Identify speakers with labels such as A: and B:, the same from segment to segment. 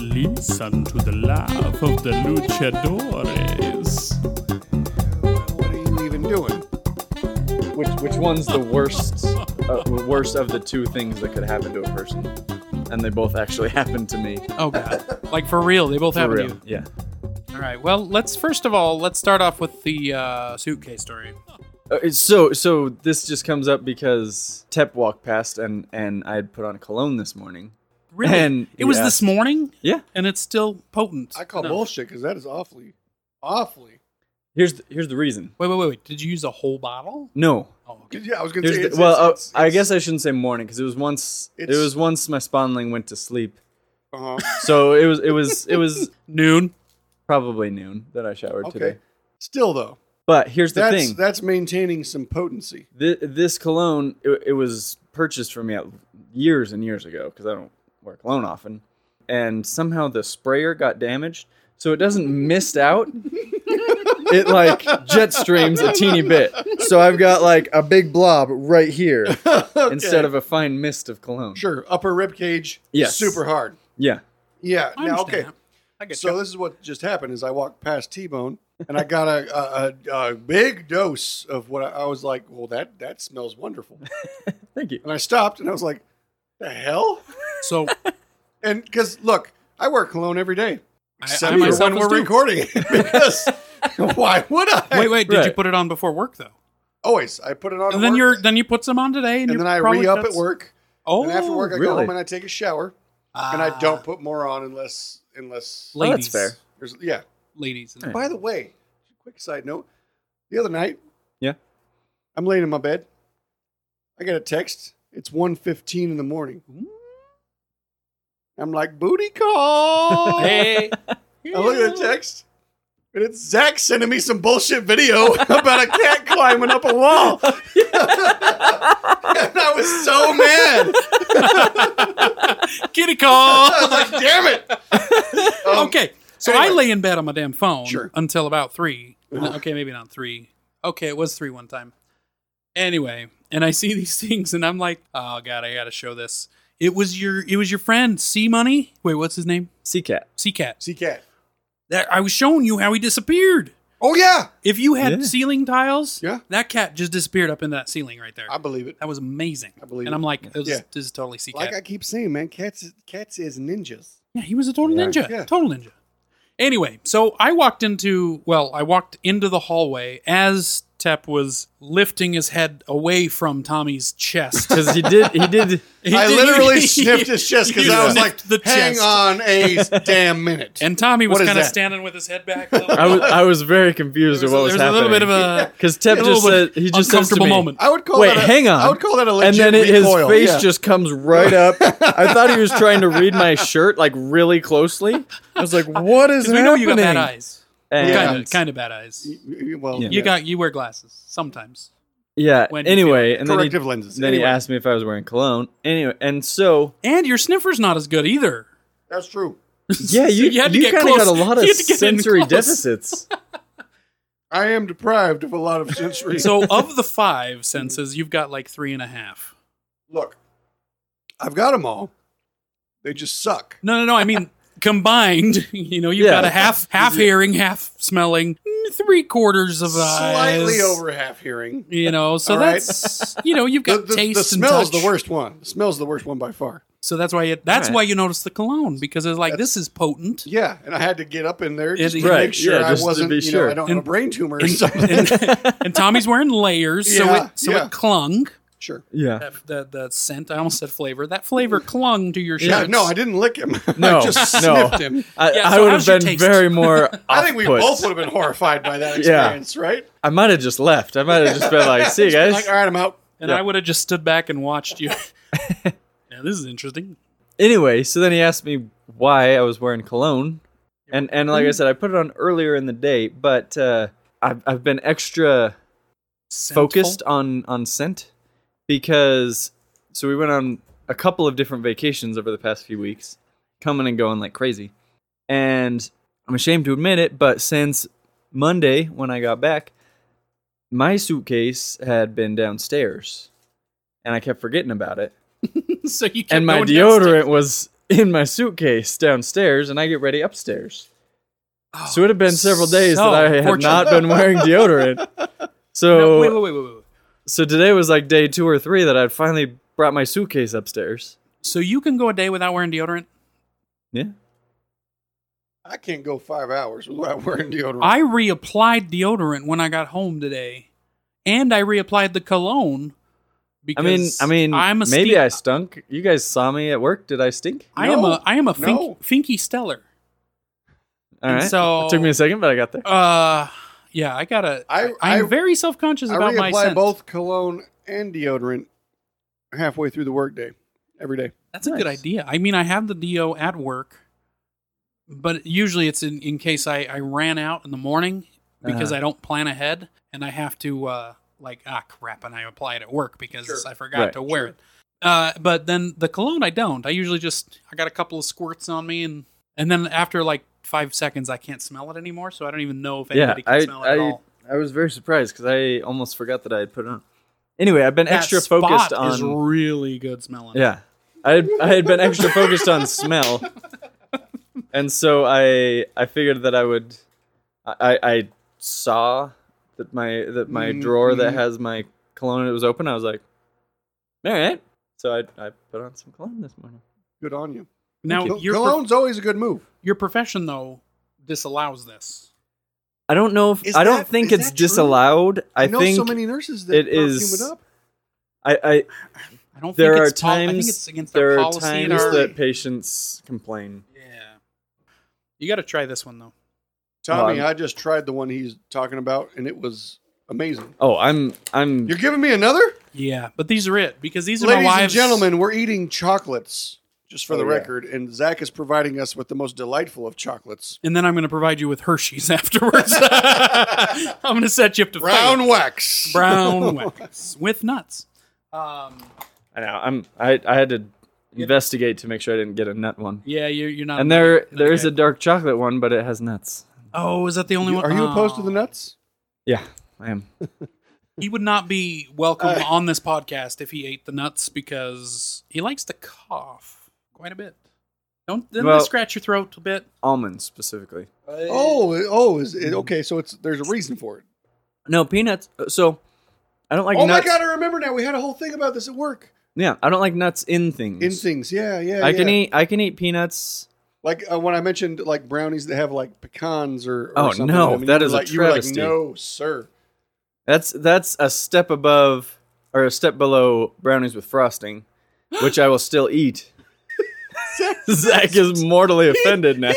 A: listen to the laugh of the luchadores.
B: What are you even doing?
C: Which which one's the worst? Uh, worst of the two things that could happen to a person, and they both actually happened to me.
D: Oh god. Like for real, they both
C: For
D: have
C: real.
D: you.
C: Yeah.
D: All right. Well, let's first of all let's start off with the uh, suitcase story.
C: Uh, it's- so so this just comes up because Tep walked past and and I had put on cologne this morning.
D: Really?
C: And
D: it was
C: yeah.
D: this morning,
C: Yeah.
D: and it's still potent.
B: I call
D: enough.
B: bullshit because that is awfully, awfully.
C: Here's the, here's the reason.
D: Wait, wait, wait, wait. Did you use a whole bottle?
C: No.
D: Oh, okay.
B: Yeah, I was gonna
C: Here's
B: say.
C: the,
B: it's-
C: well,
B: it's-
C: uh,
B: it's-
C: I
B: it's-
C: guess I shouldn't say morning because it was once it
B: It's-
C: was once my spondling went to sleep.
B: uh-huh.
C: So it was it was it was
D: Noon.
C: probably noon that I showered
B: Okay.
C: today.
B: Still though,
C: But here's the
B: that's
C: thing.
B: that's maintaining some potency.
C: Thi- this cologne it, it was purchased for me at years and years ago because I don't wear cologne often, and somehow the sprayer got damaged, so it doesn't mist out. it like jet streams a teeny bit, so I've got like a big blob right here instead of a fine mist of cologne.
B: Sure, upper rib cage.
C: Yes.
B: super hard.
C: Yeah.
B: Yeah.
D: I
B: now,
D: understand
B: okay.
D: that. I get
B: So
D: you.
B: this is what just happened: is I walked past T Bone and I got a, a, a, a big dose of what I, I was like. Well, that that smells wonderful.
C: Thank you.
B: And I stopped and I was like, "The hell!"
D: So
B: And because look, I wear cologne every day.
D: I,
B: Except
D: I
B: for
D: myself
B: when
D: was
B: we're
D: due.
B: recording it, because why would I?
D: Wait, wait. Did you
C: Right.
D: put it on before work though?
B: Always, I put it on. at
D: And then
B: work,
D: you're then you put some on today, and,
B: and
D: you're
B: then I
D: probably
B: re up at
D: that's-
B: work.
D: Oh,
B: and after work, I go
C: really?
B: home and I take a shower, and I don't put more on unless unless
C: Well,
D: Ladies,
C: Oh, that's fair.
B: there's yeah.
D: Ladies, and-
B: By the way, quick side note: the other night,
C: Yeah.
B: I'm laying in my bed. I get a text. It's 1.15 in the morning. I'm like booty call.
D: hey,
B: I look at the text, and it's Zach sending me some bullshit video about a cat climbing up a wall. and I was so mad.
D: kitty call.
B: I was like, damn it. Um,
D: okay. So I
B: anyway.
D: lay in bed on my damn phone
B: Sure.
D: until about three. No, okay, maybe not three. Okay, it was three one time. Anyway, and I see these things, and I'm like, oh god, I gotta show this. It was your, it was your friend C Money. Wait, what's his name?
C: Sea cat.
D: C Cat.
B: See cat.
D: That I was showing you how he disappeared.
B: Oh, yeah.
D: If you had
C: Yeah.
D: ceiling tiles,
B: Yeah.
D: that cat just disappeared up in that ceiling right there.
B: I believe it.
D: that was amazing.
B: I believe
D: And
B: it.
D: I'm like, it was-
B: Yeah.
D: this is totally C Cat.
B: Like I keep saying, man, cats is- cats is ninjas.
D: Yeah, he was a total
C: Yeah.
D: ninja.
B: Yeah.
D: Total ninja. Anyway, so I walked into, well, I walked into the hallway as Tep was lifting his head away from Tommy's chest.
C: Because he did he did
D: He
B: I
D: did-
B: literally
D: he-
B: sniffed his chest because
D: you
B: I was like,
D: sniffed the
B: hang
D: chest."
B: on a s- damn minute.
D: And Tommy was
B: What is
D: kind of
B: that?
D: standing with his head back.
C: I was I was very confused of what was
D: There's a
C: happening.
D: little bit of a
C: because Tep
D: a little
C: just
D: bit
C: said he just says to
D: uncomfortable
C: me,
D: moment.
B: I would call
C: Wait,
B: that a,
C: hang on.
B: I would call that a
C: and
B: legit
C: then it, his
B: recoil.
C: face
B: Yeah.
C: just comes right up. I thought he was trying to read my shirt like really closely. I was like, "What is
D: 'Cause we
C: happening?"
D: know you got bad eyes.
C: And-
D: Kind of, kind of bad eyes. You
B: well,
C: Yeah.
B: yeah.
D: got, you wear glasses sometimes.
C: yeah.
D: when you
C: Anyway, and then he,
B: corrective lenses.
C: then he
B: Anyway,
C: asked me if I was wearing cologne. Anyway, and so
D: And your sniffer's not as good either.
B: that's true.
C: yeah, you
D: you had to
C: you
D: get
C: kind of
D: close.
C: got a lot of
D: You had to get in
C: sensory
D: close.
C: deficits.
B: I am deprived of a lot of sensory.
D: So of the five senses, you've got like three and a half.
B: look, I've got them all. They just suck.
D: No, no, no. I mean combined. You know, you've
C: Yeah.
D: got a half half hearing, half smelling, mm, three quarters of eyes.
B: Slightly over half hearing.
D: You know, so
B: All right.
D: that's you know you've
B: The,
D: got
B: the,
D: taste
B: the smell
D: and
B: is
D: touch.
B: the worst one. The smell is the worst one by far.
D: So that's why you, that's
C: All right.
D: why you notice the cologne because it's like this is potent.
B: Yeah, and I had to get up in there just
D: It-
B: to
C: Right,
B: make sure
C: yeah,
B: I
C: just to
B: wasn't.
C: be
B: you
C: sure.
B: know, I don't
D: And-
B: have a brain tumor or
D: And,
B: something.
D: and- and Tommy's wearing layers, so
B: Yeah,
D: it so
B: yeah.
D: it clung.
B: sure.
C: yeah,
D: That, that that scent. I almost said flavor. That flavor clung to your shirt.
B: Yeah, no, I didn't lick him.
C: no,
B: I just
C: Oh, no.
B: sniffed him.
C: I,
D: Yeah,
C: I
D: so
C: would
D: how's
C: have
D: your
C: been
D: taste?
C: very more.
B: I think we
C: off-put.
B: both would have been horrified by that
C: Yeah.
B: experience, right?
C: I might have just left. I might have just been like, "See you guys."
B: Like, all right, I'm out.
D: and I would have just stood back and watched you. now this is interesting.
C: anyway, so then he asked me why I was wearing cologne, and and like I said, I put it on earlier in the day, but uh, I've I've been extra focused on on scent because so we went on a couple of different vacations over the past few weeks, coming and going like crazy, and I'm ashamed to admit it, but since Monday when I got back, my suitcase had been downstairs, and I kept forgetting about it
D: so you kept
C: and my
D: going downstairs.
C: deodorant was in my suitcase downstairs, and I get ready upstairs.
D: Oh.
C: So it had been several days
D: so
C: that I had
D: fortunate.
C: not been wearing deodorant. So
D: No, wait, wait, wait, wait, wait.
C: so today was like day two or three that I'd finally brought my suitcase upstairs.
D: So you can go a day without wearing deodorant?
C: Yeah.
B: I can't go five hours without wearing deodorant.
D: I reapplied deodorant when I got home today, and I reapplied the cologne.
C: I mean,
D: Because
C: I mean,
D: I'm a
C: maybe
D: ste-
C: I stunk. You guys saw me at work. Did I stink?
D: I am
B: No,
D: a I am a fink,
B: no.
D: finky stellar.
C: All right.
D: so-
C: it took me a second, but I got there.
D: Uh, yeah, I gotta. I,
B: I-
D: am
B: I-
D: very self conscious
B: I
D: about my
B: reapply
D: scent.
B: both cologne and deodorant halfway through the workday every day.
D: That's a good
C: Nice.
D: idea. I mean, I have the do at work, but usually it's in, in case I I ran out in the morning because
C: Uh-huh.
D: I don't plan ahead and I have to uh like ah crap and I apply it at work because I forgot
C: Right,
D: to wear it. Uh, but then the cologne I don't. I usually just I got a couple of squirts on me and and then after like five seconds I can't smell it anymore, so I don't even know if
C: Yeah,
D: anybody can
C: I
D: smell it at
C: I,
D: all.
C: I was very surprised because I almost forgot that I had put it on. Anyway, I've been
D: That
C: extra
D: spot
C: focused
D: is
C: on
D: really good smelling.
C: Yeah. I had, I had been extra focused on smell. And so I I figured that I would I, I I saw that my that my
B: Mm-hmm.
C: drawer that has my cologne it was open. I was like, "All right." So I I put on some cologne this morning.
B: Good on you.
D: Now
B: Col-
D: your prof-
B: Cologne's always a good move.
D: your profession though disallows this.
C: I don't know if
B: Is
C: I don't
B: that-
C: think
B: is
C: it's
B: that true?
C: disallowed. I
B: I know
C: think
B: so many nurses that
C: it
B: perfume
C: is-
B: it up.
C: I, I
D: I don't
C: there
D: think
C: are
D: it's pol- I think it's
C: times
D: against their
C: there are
D: policy and
C: times
D: our-
C: that patients complain.
D: Yeah. You got to try this one though.
B: Tommy,
C: Um,
B: I just tried the one he's talking about, and it was amazing.
C: Oh, I'm I'm
B: You're giving me another?
D: Yeah, but these are it because these are
B: Ladies
D: my
B: and
D: wives.
B: gentlemen, we're eating chocolates, just for
C: Oh,
B: the
C: yeah.
B: record, and Zach is providing us with the most delightful of chocolates.
D: And then I'm going to provide you with Hershey's afterwards. I'm going to set you up to
B: Brown
D: fail.
B: wax.
D: brown wax with nuts. Um,
C: I know. I'm. I I had to investigate to make sure I didn't get a nut one.
D: yeah, you're, you're not.
C: And there
D: okay.
C: there is a dark chocolate one, but it has nuts.
D: Oh, is that the only
B: You-
D: one?
B: are you opposed
D: Oh.
B: to the nuts?
C: Yeah, I am.
D: He would not be welcome
B: Uh,
D: on this podcast if he ate the nuts because he likes to cough quite a bit. Don't, doesn't
C: Well-
D: it scratch your throat a bit?
C: Almonds specifically.
B: Oh, it- oh, is it, okay. So it's there's a reason for it.
C: No peanuts. uh, So I don't like
B: oh
C: nuts.
B: my god, I remember now. We had a whole thing about this at work.
C: Yeah, I don't like nuts in things.
B: In things, yeah, yeah.
C: I can
B: yeah.
C: eat. I can eat peanuts.
B: like uh, when I mentioned like brownies that have like pecans or. or
C: Oh,
B: something,
C: no,
B: I mean,
C: that
B: you were
C: is a
B: like, you were like,
C: travesty.
B: no, sir.
C: That's that's a step above or a step below brownies with frosting, which I will still eat. Zach is mortally offended now.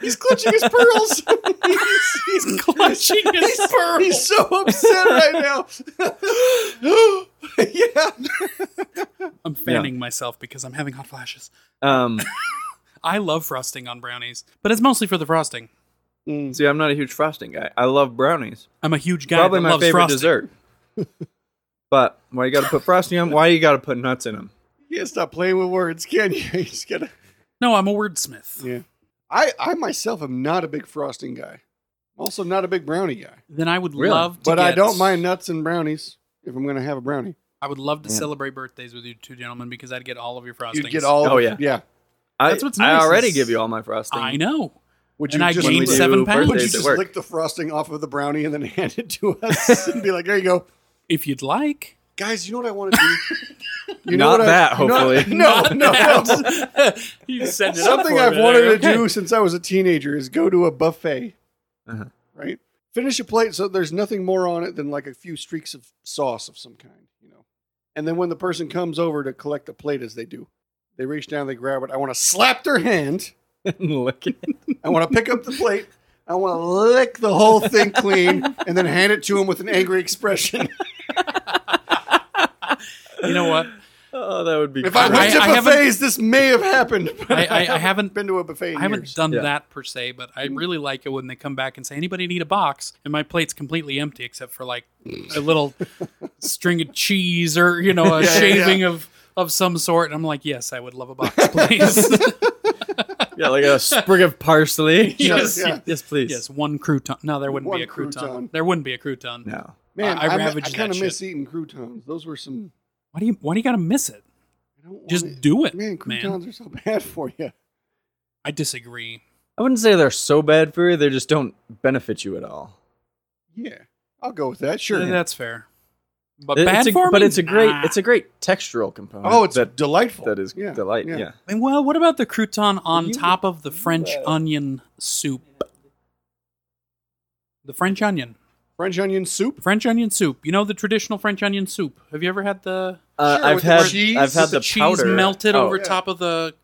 B: He's clutching his pearls. he's, he's
D: clutching his pearls.
B: He's so upset right now. yeah.
D: I'm fanning myself because I'm having hot flashes.
C: Um,
D: I love frosting on brownies, but it's mostly for the frosting.
C: see, I'm not a huge frosting guy. I love brownies.
D: I'm a huge guy.
C: probably
D: that
C: my
D: loves
C: favorite
D: frosting.
C: dessert. but why you got to put frosting on? Why you got to put nuts in them?
B: You can't stop playing with words, can you? You just gotta.
D: No, I'm a wordsmith.
B: Yeah. I I myself am not a big frosting guy. I'm also not a big brownie guy.
D: Then I would
C: Really?
D: love, to
B: But I
D: get-
B: don't mind nuts and brownies if I'm gonna have a brownie.
D: I would love to
C: Yeah.
D: celebrate birthdays with you two gentlemen because I'd get all of your frostings.
B: You'd get all.
C: Oh,
B: the-
C: yeah.
B: yeah.
C: I,
D: That's what's
C: I
D: nice
C: already
D: is-
C: give you all my frosting.
D: I know.
B: Would
D: And I
B: just
C: When we
D: gained
C: do
D: seven pounds.
B: Would you
C: birthdays at
B: just
C: work.
B: lick the frosting off of the brownie and then hand it to us and be like, "There you go,
D: If you'd like,
B: guys. You know what I want to do? You
C: Not
B: what I-
C: that,
B: you know-
C: hopefully.
B: no, no, no.
D: you set it up
B: Something
D: for
B: I've
D: me
B: wanted
D: there.
B: to do since I was a teenager is go to a buffet.
C: Uh-huh.
B: Right? Finish a plate so there's nothing more on it than like a few streaks of sauce of some kind, you know. And then when the person comes over to collect the plate as they do, they reach down, they grab it. I want to slap their hand.
C: Look at-
B: I want to pick up the plate. I want to lick the whole thing clean and then hand it to him with an angry expression.
D: You know what?
C: oh, that would be.
B: If I
C: great.
B: went to
D: I- I haven't-
B: buffets, this may have happened.
D: I, I, I haven't.
B: been to a buffet in
D: I haven't
B: years.
D: done
C: Yeah.
D: that per se, but I really like it when they come back and say, "Anybody need a box?" And my plate's completely empty except for like a little string of cheese or you know a
B: Yeah, yeah, yeah.
D: shaving of of some sort. And I'm like, "Yes, I would love a box, please.
C: yeah, like a sprig of parsley.
D: Yes.
B: Yeah.
C: yes, please.
D: yes, one crouton. No, there wouldn't
B: One
D: be a crouton.
B: crouton.
D: There wouldn't be a crouton.
C: No.
B: Man,
D: I- I
B: I,
D: ravaged
B: kind
D: that
B: of
D: shit.
B: miss eating croutons. Those were some
D: Why do you Why do you gotta miss it?
B: I don't want
D: Just
B: it.
D: do it,
B: Man,
D: man.
B: croutons are so bad for you.
D: I disagree.
C: I wouldn't say they're so bad for you. They just don't benefit you at all.
B: Yeah, I'll go with that. Sure.
D: Yeah, that's fair. But
C: It-
D: bad
C: it's a,
D: for me. Ah.
C: But it's a great,
D: Nah.
C: it's a great textural component.
B: oh, it's
C: that,
B: delightful.
C: that is
B: Yeah,
C: delight.
B: yeah.
C: Yeah.
D: And well, what about the crouton on
C: You-
D: top of the French
C: uh,
D: onion soup? The French onion,
B: French onion soup.
D: French onion soup. You know the traditional French onion soup. Have you ever had the
C: Uh,
B: Sure,
C: I've
B: with the
C: had,
B: cheese-
C: I've had
D: with
C: the,
D: cheese
C: powder
D: melted
C: Oh,
D: over
B: yeah.
D: top of the?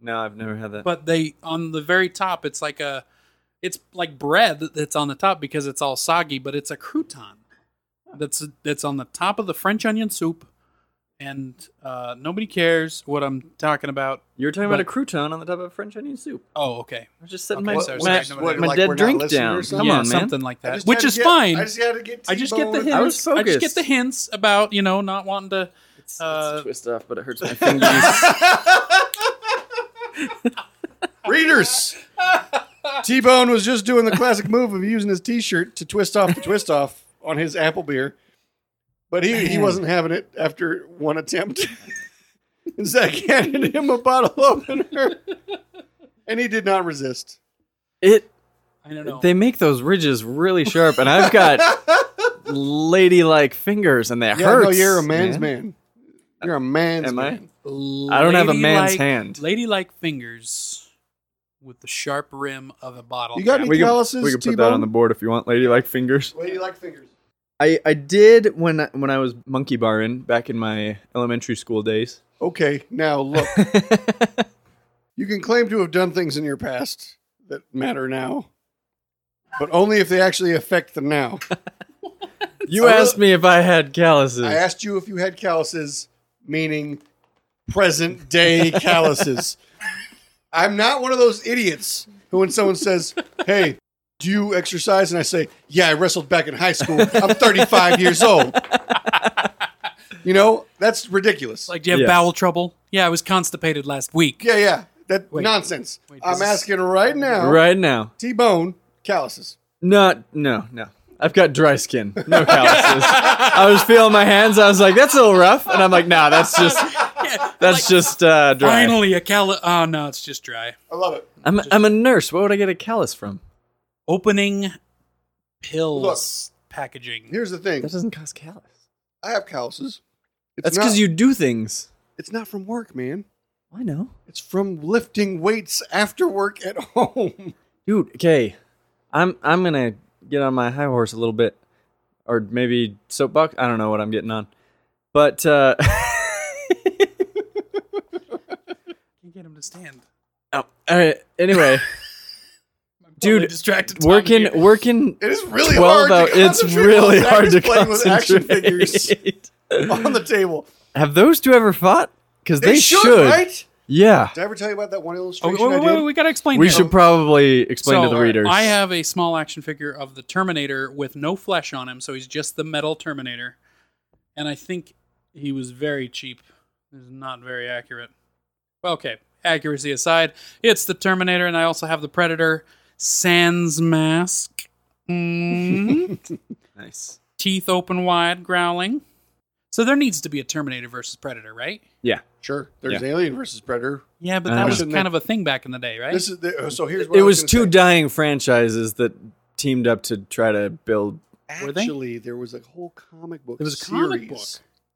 C: No, I've never had that.
D: But they on the very top, it's like a, it's like bread that's on the top because it's all soggy, but it's a crouton that's that's on the top of the French onion soup, and uh, nobody cares what I'm talking about.
C: you were talking
D: but-
C: about a crouton on the top of French onion soup.
D: Oh, okay.
C: I was just setting
D: Okay,
C: my,
D: so it's
C: my,
D: like- no,
C: my
B: like we're
C: dead
B: not
C: drink
B: listening or
C: down.
B: something?
C: Come
D: yeah,
C: on, man.
D: something like
B: I
D: that,
B: just
D: which
B: had to
D: is
B: get-
D: fine.
B: I just had to get.
D: I just get the
B: T-boned.
D: hints.
C: I was
D: I just get
C: focused.
D: the hints about you know not wanting to.
C: It's,
D: Uh,
C: it's a twist off, but it hurts my fingers.
B: Readers, T Bone was just doing the classic move of using his t shirt to twist off the twist off on his apple beer, but he, he wasn't having it after one attempt. and Zach handed him a bottle opener, and he did not resist.
C: it
D: I don't know.
C: they make those ridges really sharp, and I've got ladylike fingers, and that
B: Yeah,
C: hurts.
B: no, you're a man's man. You're a man's
C: Am I?
B: man.
C: I don't have a man's
D: Ladylike-
C: hand.
D: Ladylike fingers with the sharp rim of a bottle.
B: You got
D: cap.
B: any
C: We can,
B: calluses?
C: we can put that
B: T-Bone?
C: on the board if you want, ladylike fingers.
B: Well, you like fingers.
C: I, I did when I- when I was monkey barring back in my elementary school days.
B: Okay, now look. You can claim to have done things in your past that matter now, but only if they actually affect the now.
C: you asked me if I had calluses.
B: I asked you if you had calluses, meaning present day calluses. I'm not one of those idiots who, when someone says, Hey, do you exercise? And I say, Yeah, I wrestled back in high school. I'm 35 years old. You know, that's ridiculous.
D: Like, do you have
C: Yes.
D: bowel trouble? Yeah, I was constipated last week.
B: yeah, yeah, that
D: Wait.
B: nonsense.
D: Wait,
B: I'm
D: this is-
B: asking right now.
C: right now.
B: T Bone calluses.
C: Not no no. I've got dry skin, no calluses. I was feeling my hands. I was like, "That's a little rough," and I'm like, "Nah, that's just that's just uh, dry."
D: Finally, a cal. Oh no, it's just dry.
B: I love it.
C: I'm I'm a nurse. What would I get a callus from?
D: Opening pills packaging.
B: Here's the thing.
C: That doesn't cause callus.
B: I have calluses. It's
C: That's
B: not-
C: because you do things.
B: It's not from work, man.
C: I know,
B: It's from lifting weights after work at home.
C: dude. Okay, I'm I'm gonna get on my high horse a little bit, or maybe soapbox. I don't know what I'm getting on, but uh,
D: Can't get him to stand.
C: oh, all right. Anyway,
D: I'm totally
C: Dude,
D: distracted. Tom
C: working
D: here.
C: working
B: It is really hard.
C: twelve
B: To
C: hours. It's
B: concentrate
C: really
B: while Zach
C: hard
B: is
C: to
B: playing with action figures
C: concentrate.
B: on the table.
C: Have those two ever fought? Because they, should.
B: right?
C: Yeah.
B: Did I ever tell you about that one
D: Oh,
B: illustration
D: wait, wait,
B: I
D: wait,
B: did?
D: we gotta explain.
C: We
D: this.
C: should probably explain to
D: So,
C: the readers.
D: I have a small action figure of the Terminator with no flesh on him, so he's just the metal Terminator. And I think he was very cheap. He's not very accurate. Okay, accuracy aside, it's the Terminator, and I also have the Predator Sans Mask. Mm.
C: nice.
D: Teeth open wide, growling. So there needs to be a Terminator versus Predator, right?
C: Yeah.
B: Sure. There's
C: Yeah.
B: Alien versus Predator.
D: Yeah, but
C: Uh,
D: that was
B: shouldn't
D: kind of a thing back in the day, right?
B: This is the, uh, so. Here's what
C: It
B: I was,
C: was two
B: gonna
C: dying franchises that teamed up to try to build
B: say.
D: were they?
B: Actually, there was a whole comic book.
D: There was a
B: series
D: comic book.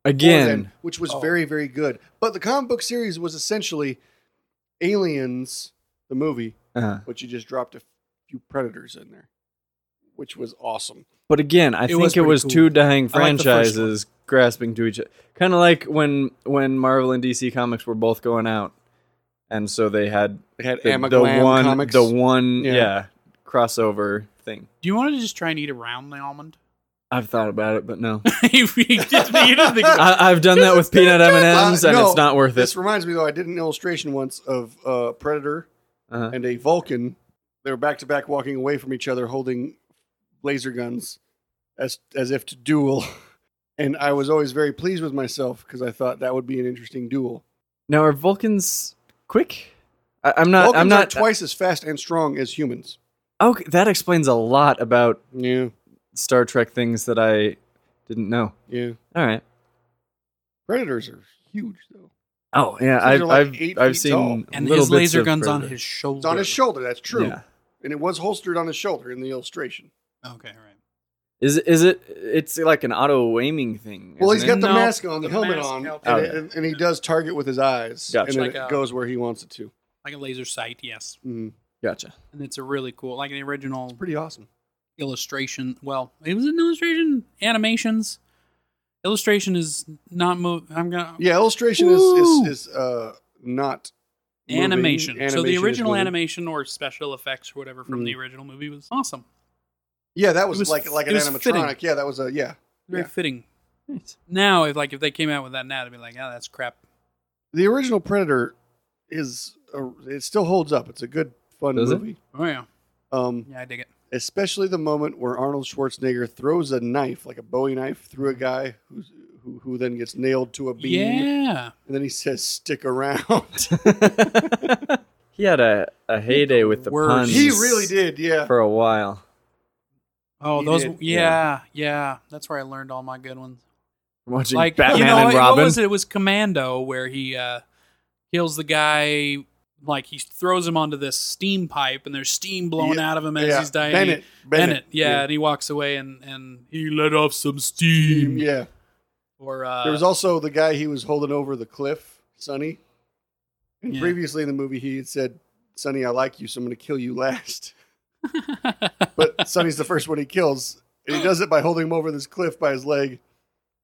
C: again.
B: before then, which was
D: Oh.
B: very very good. But the comic book series was essentially Aliens, the movie,
C: Uh-huh.
B: but you just dropped a few predators in there, which was awesome.
C: But again, I
D: It
C: think
D: was
C: it
D: pretty
C: was
D: cool.
C: two
D: I
C: dying
D: like the first
C: franchises grasping to each other. Kind of like when when Marvel and DC comics were both going out, and so they had
B: They had
C: the, the
B: Amaglam
C: one
B: comics.
C: the one
B: Yeah.
C: yeah. crossover thing.
D: Do you want to just try and eat around the almond?
C: I've thought about it, but no,
D: you didn't you didn't think
C: I, I've done that with peanut M and M's,
B: Uh,
C: and
B: no,
C: it's not worth
B: This
C: it.
B: reminds me though, I did an illustration once of a predator
C: Uh-huh.
B: and a Vulcan. They were back to back walking away from each other, holding laser guns as as if to duel. And I was always very pleased with myself because I thought that would be an interesting duel.
C: Now are Vulcans quick? I, I'm not.
B: Vulcans
C: I'm not. uh, oh,
B: are twice as fast and strong as humans.
C: okay, that explains a lot about
B: Yeah,
C: Star Trek things that I didn't know.
B: yeah.
C: All right.
B: Predators are huge though.
C: Oh yeah,
B: Those
C: I've
B: are like eight
C: I've, I've
B: feet
C: seen
B: tall.
D: And
C: little
D: his laser
C: bits of
D: gun's on
C: further.
D: his shoulder.
B: It's on his shoulder. That's true.
C: Yeah.
B: And it was holstered on his shoulder in the illustration.
D: Okay, all right.
C: Is it- is it? It's like an auto aiming thing.
B: Well, he's
C: isn't
B: got
C: it?
B: the
D: No,
B: mask on, the,
D: the
B: helmet
D: mask
B: on, and,
D: helps.
C: Oh,
B: it- and he does target with his eyes,
C: Gotcha.
B: and
D: Like
B: it
D: a-
B: goes where he wants it to.
D: Like a laser sight, yes.
B: Mm,
C: gotcha.
D: And it's a really cool, like an original
B: pretty awesome.
D: illustration. Well, it was an illustration. Animations. Illustration is not move. I'm gonna
B: Yeah, illustration is,
D: Woo!
B: is is uh not moving.
D: animation. So the
B: is Mm.
D: original
B: moving.
D: animation or special effects or whatever from the original movie was awesome.
B: Yeah, that was,
D: It was
B: like like
D: f-
B: an
D: it was
B: animatronic.
D: fitting.
B: Yeah, that was a yeah.
D: Very
B: Yeah.
D: fitting.
C: Nice.
D: Now, if like if they came out with that now, they'd be like, oh, that's crap.
B: The original Predator is a, it still holds up. It's a good fun
C: Does it?
B: movie.
D: Oh yeah,
B: Um,
D: yeah, I dig it.
B: especially the moment where Arnold Schwarzenegger throws a knife, like a Bowie knife, through a guy who's, who who then gets nailed to a beam,
D: Yeah,
B: and then he says, "Stick around."
C: he had a, a heyday with the
D: Worse.
C: puns.
B: he really did. Yeah.
C: for a while.
D: Oh,
B: He
D: those.
B: did,
D: yeah,
C: yeah.
D: yeah, That's where I learned all my good ones.
C: Watching
D: Like
C: Batman
D: you know,
C: and
D: it-
C: Robin.
D: What was it? it was Commando, where he uh, kills the guy. Like he throws him onto this steam pipe, and there's steam blowing
B: Yeah,
D: out of him as
B: yeah.
D: he's dying.
B: Bennett.
D: Bennett, yeah, and he walks away, and and he let off some steam.
B: Yeah.
D: Or uh,
B: There was also the guy he was holding over the cliff, Sonny. And
D: Yeah.
B: previously in the movie, he had said, Sonny, I like you, so I'm going to kill you last. But Sonny's the first one he kills. And he does it by holding him over this cliff by his leg.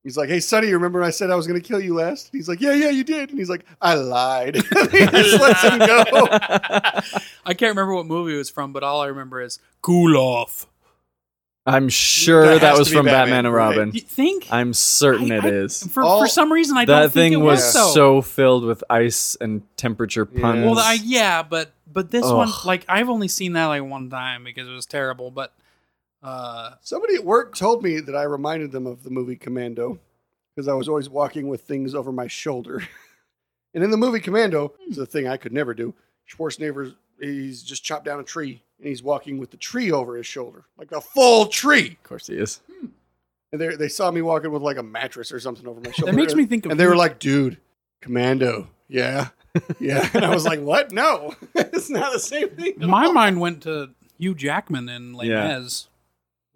B: He's like, Hey, Sonny, you remember I said I was going to kill you last? And he's like, Yeah, yeah, you did. And he's like, I lied. he just lets him go.
D: I can't remember what movie it was from, but all I remember is cool off.
C: I'm sure
B: That
C: that,
B: has
C: was
B: to be
C: from
B: Batman,
C: Batman, and
B: right?
C: Robin.
D: You think?
C: I'm certain
D: I-
C: it
D: I-
C: is.
D: For,
B: All-
D: for some reason, I don't
C: that
D: think it
C: thing was
D: was
B: so.
C: so filled with ice and temperature
B: Yeah.
C: puns.
D: Well, I, yeah, but but this one,
C: Ugh.
D: like I've only seen that like one time because it was terrible. But uh,
B: Somebody at work told me that I reminded them of the movie Commando because I was always walking with things over my shoulder. and in the movie Commando, it's a thing I could never do. Schwarzenegger, he's just chopped down a tree and he's walking with the tree over his shoulder, like a full tree.
C: of course he is.
B: And they they saw me walking with like a mattress or something over my shoulder.
D: that makes me think of
B: and they were like, "Dude, Commando, yeah, yeah." and I was like, "What? No, it's not the same thing." at
D: my
B: all."
D: mind went to Hugh Jackman in Les
C: Yeah.
D: Mis.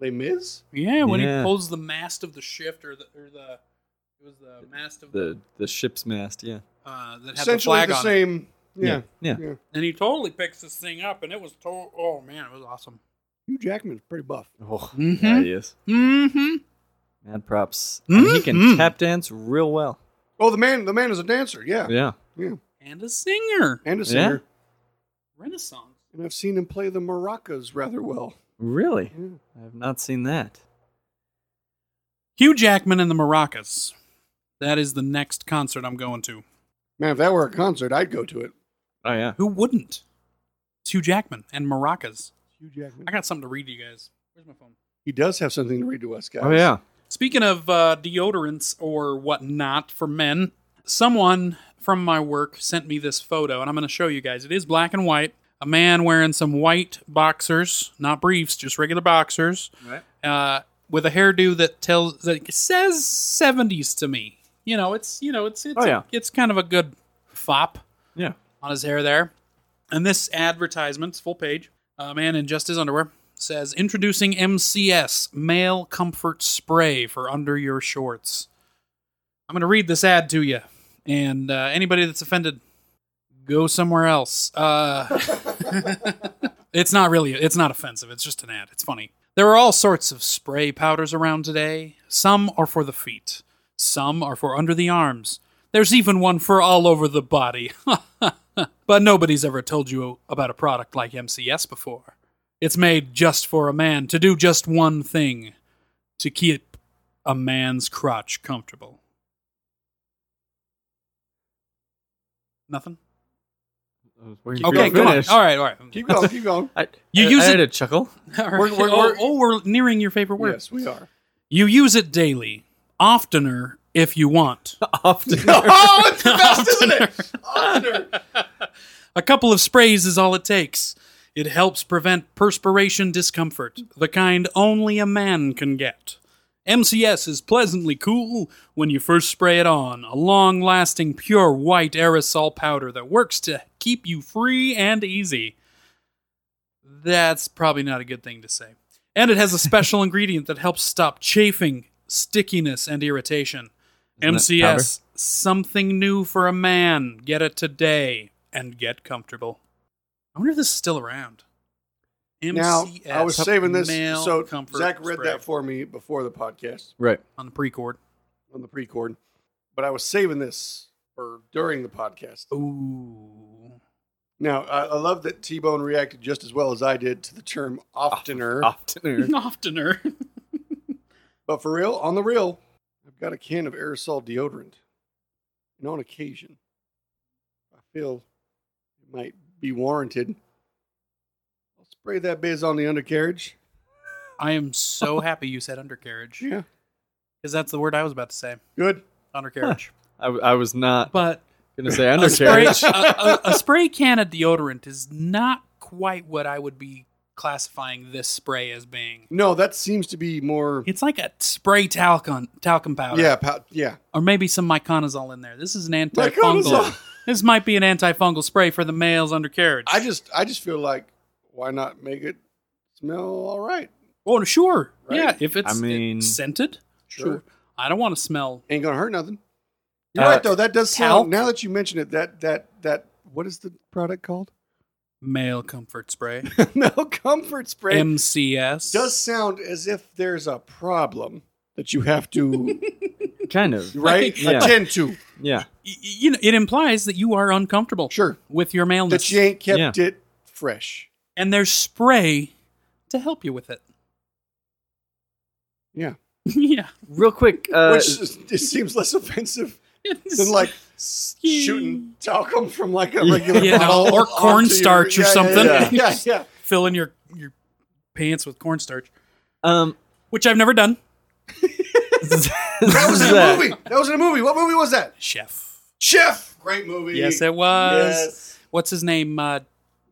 B: Les Mis.
D: Yeah, when
C: Yeah.
D: he pulls the mast of the shift or the or the it was the mast of the,
C: The the ship's mast, yeah.
D: uh, that had the
B: Essentially the,
D: flag on it,
B: same. yeah.
C: Yeah.
B: yeah.
D: and he totally picks this thing up, and it was to- oh man, it was awesome.
B: Hugh Jackman's pretty buff.
C: Oh,
D: Mhm.
C: yeah, he is.
D: Mm-hmm.
C: Mad props. And he can
D: Mhm.
C: tap dance real well.
B: Oh, the man, the man is a dancer. Yeah,
C: Yeah.
D: And a singer,
B: and a singer.
D: Renaissance.
B: And I've seen him play the maracas rather well.
C: Really?
B: Yeah.
C: I have not seen that.
D: Hugh Jackman and the Maracas. That is the next concert I'm going to.
B: Man, if that were a concert, I'd go to it.
C: Oh yeah.
D: Who wouldn't? It's Hugh Jackman and Maracas.
B: Hugh Jackman.
D: I got something to read to you guys. Where's my phone?
B: He does have something to read to us, guys.
C: Oh yeah.
D: Speaking of uh, deodorants or whatnot for men, someone from my work sent me this photo, and I'm going to show you guys. It is black and white. A man wearing some white boxers, not briefs, just regular boxers,
C: Right.
D: uh, with a hairdo that tells that says '70s to me. You know, it's you know, it's it's
C: Oh, yeah.
D: it's kind of a good fop.
C: Yeah.
D: on his hair there. And this advertisement's full page. A man in just his underwear says, "Introducing MCS Male Comfort Spray for under your shorts." I'm going to read this ad to you, and uh, anybody that's offended, go somewhere else. Uh, it's not really. It's not offensive. It's just an ad. It's funny. There are all sorts of spray powders around today. Some are for the feet. Some are for under the arms. There's even one for all over the body. but nobody's ever told you about a product like MCS before. It's made just for a man to do just one thing to keep a man's crotch comfortable. Nothing? Okay,
C: go
D: come on. All right, all right.
B: Keep going. Keep going.
C: I,
D: You
C: I-
D: use
C: I had
D: it-
C: a chuckle.
D: All right.
B: We're- we're-
D: oh,
B: we're-
D: oh, we're nearing your favorite word.
B: Yes, we are.
D: You use it daily, oftener if you want.
C: Often.
B: oh, it's the best, isn't it? Oftener.
D: A couple of sprays is all it takes. It helps prevent perspiration discomfort, the kind only a man can get. MCS is pleasantly cool when you first spray it on, a long lasting pure white aerosol powder that works to keep you free and easy. That's probably not a good thing to say. And it has a special ingredient that helps stop chafing, stickiness, and irritation.
C: Isn't that
D: MCS, something new for a man. Get it today and get comfortable. I wonder if this is still around.
B: Now I was saving this,
D: male
B: so
D: comfort
B: Zach read
D: spray.
B: that for me before the podcast
C: Right.
D: on the pre-cord.
B: on the pre-cord, but I was saving this for during the podcast.
D: Ooh.
B: Now I, I love that T Bone reacted just as well as I did to the term oftener.
C: Oftener.
D: Oftener.
B: But for real, on the real, I've got a can of aerosol deodorant, and on occasion, I feel it might be warranted. I'll spray that biz on the undercarriage.
D: I am so happy you said undercarriage
B: Yeah,
D: because that's the word I was about to say.
B: good.
D: Undercarriage.
C: I, I was not
D: But
C: going to say
D: a spray,
C: undercarriage.
D: a, a- a spray can of deodorant is not quite what I would be classifying this spray as being.
B: No, that seems to be more.
D: It's like a spray talcum talcum powder,
B: Yeah, pow- yeah.
D: or maybe some myconazole in there. This is an antifungal.
B: Myconazole.
D: this might be an antifungal spray for the male's undercarriage.
B: I just, I just feel like, why not make it smell all right?
D: oh sure,
B: Right?
D: yeah. If it's
C: I mean-
D: it's scented,
B: Sure.
D: sure. I don't want to smell
B: Ain't gonna hurt nothing. You're
C: Uh,
B: right though. That does sound.
D: talc?
B: Now that you mention it, that that that what is the product called?
D: male comfort spray
B: no comfort spray.
D: mcs
B: does sound as if there's a problem that you have to
C: kind of.
B: right
C: Yeah.
B: attend to.
C: Yeah.
D: Y- y- you know it implies that you are uncomfortable
B: Sure,
D: with your
B: that
D: maleness
B: you ain't kept it fresh.
D: and there's spray to help you with it
B: Yeah,
D: yeah
C: Real quick. Uh,
B: which is, it seems less offensive than like s- shooting talcum from like a regular
D: Yeah,
B: bottle
D: or
B: onto
D: cornstarch or
B: your- yeah, yeah,
D: something.
B: Yeah, yeah. yeah.
D: fill in your your pants with cornstarch
C: um,
D: which i've never done
B: That was in a movie. That was in a movie. What movie was that?
D: chef
B: Chef. Great movie.
D: yes it was
B: Yes.
D: what's his name uh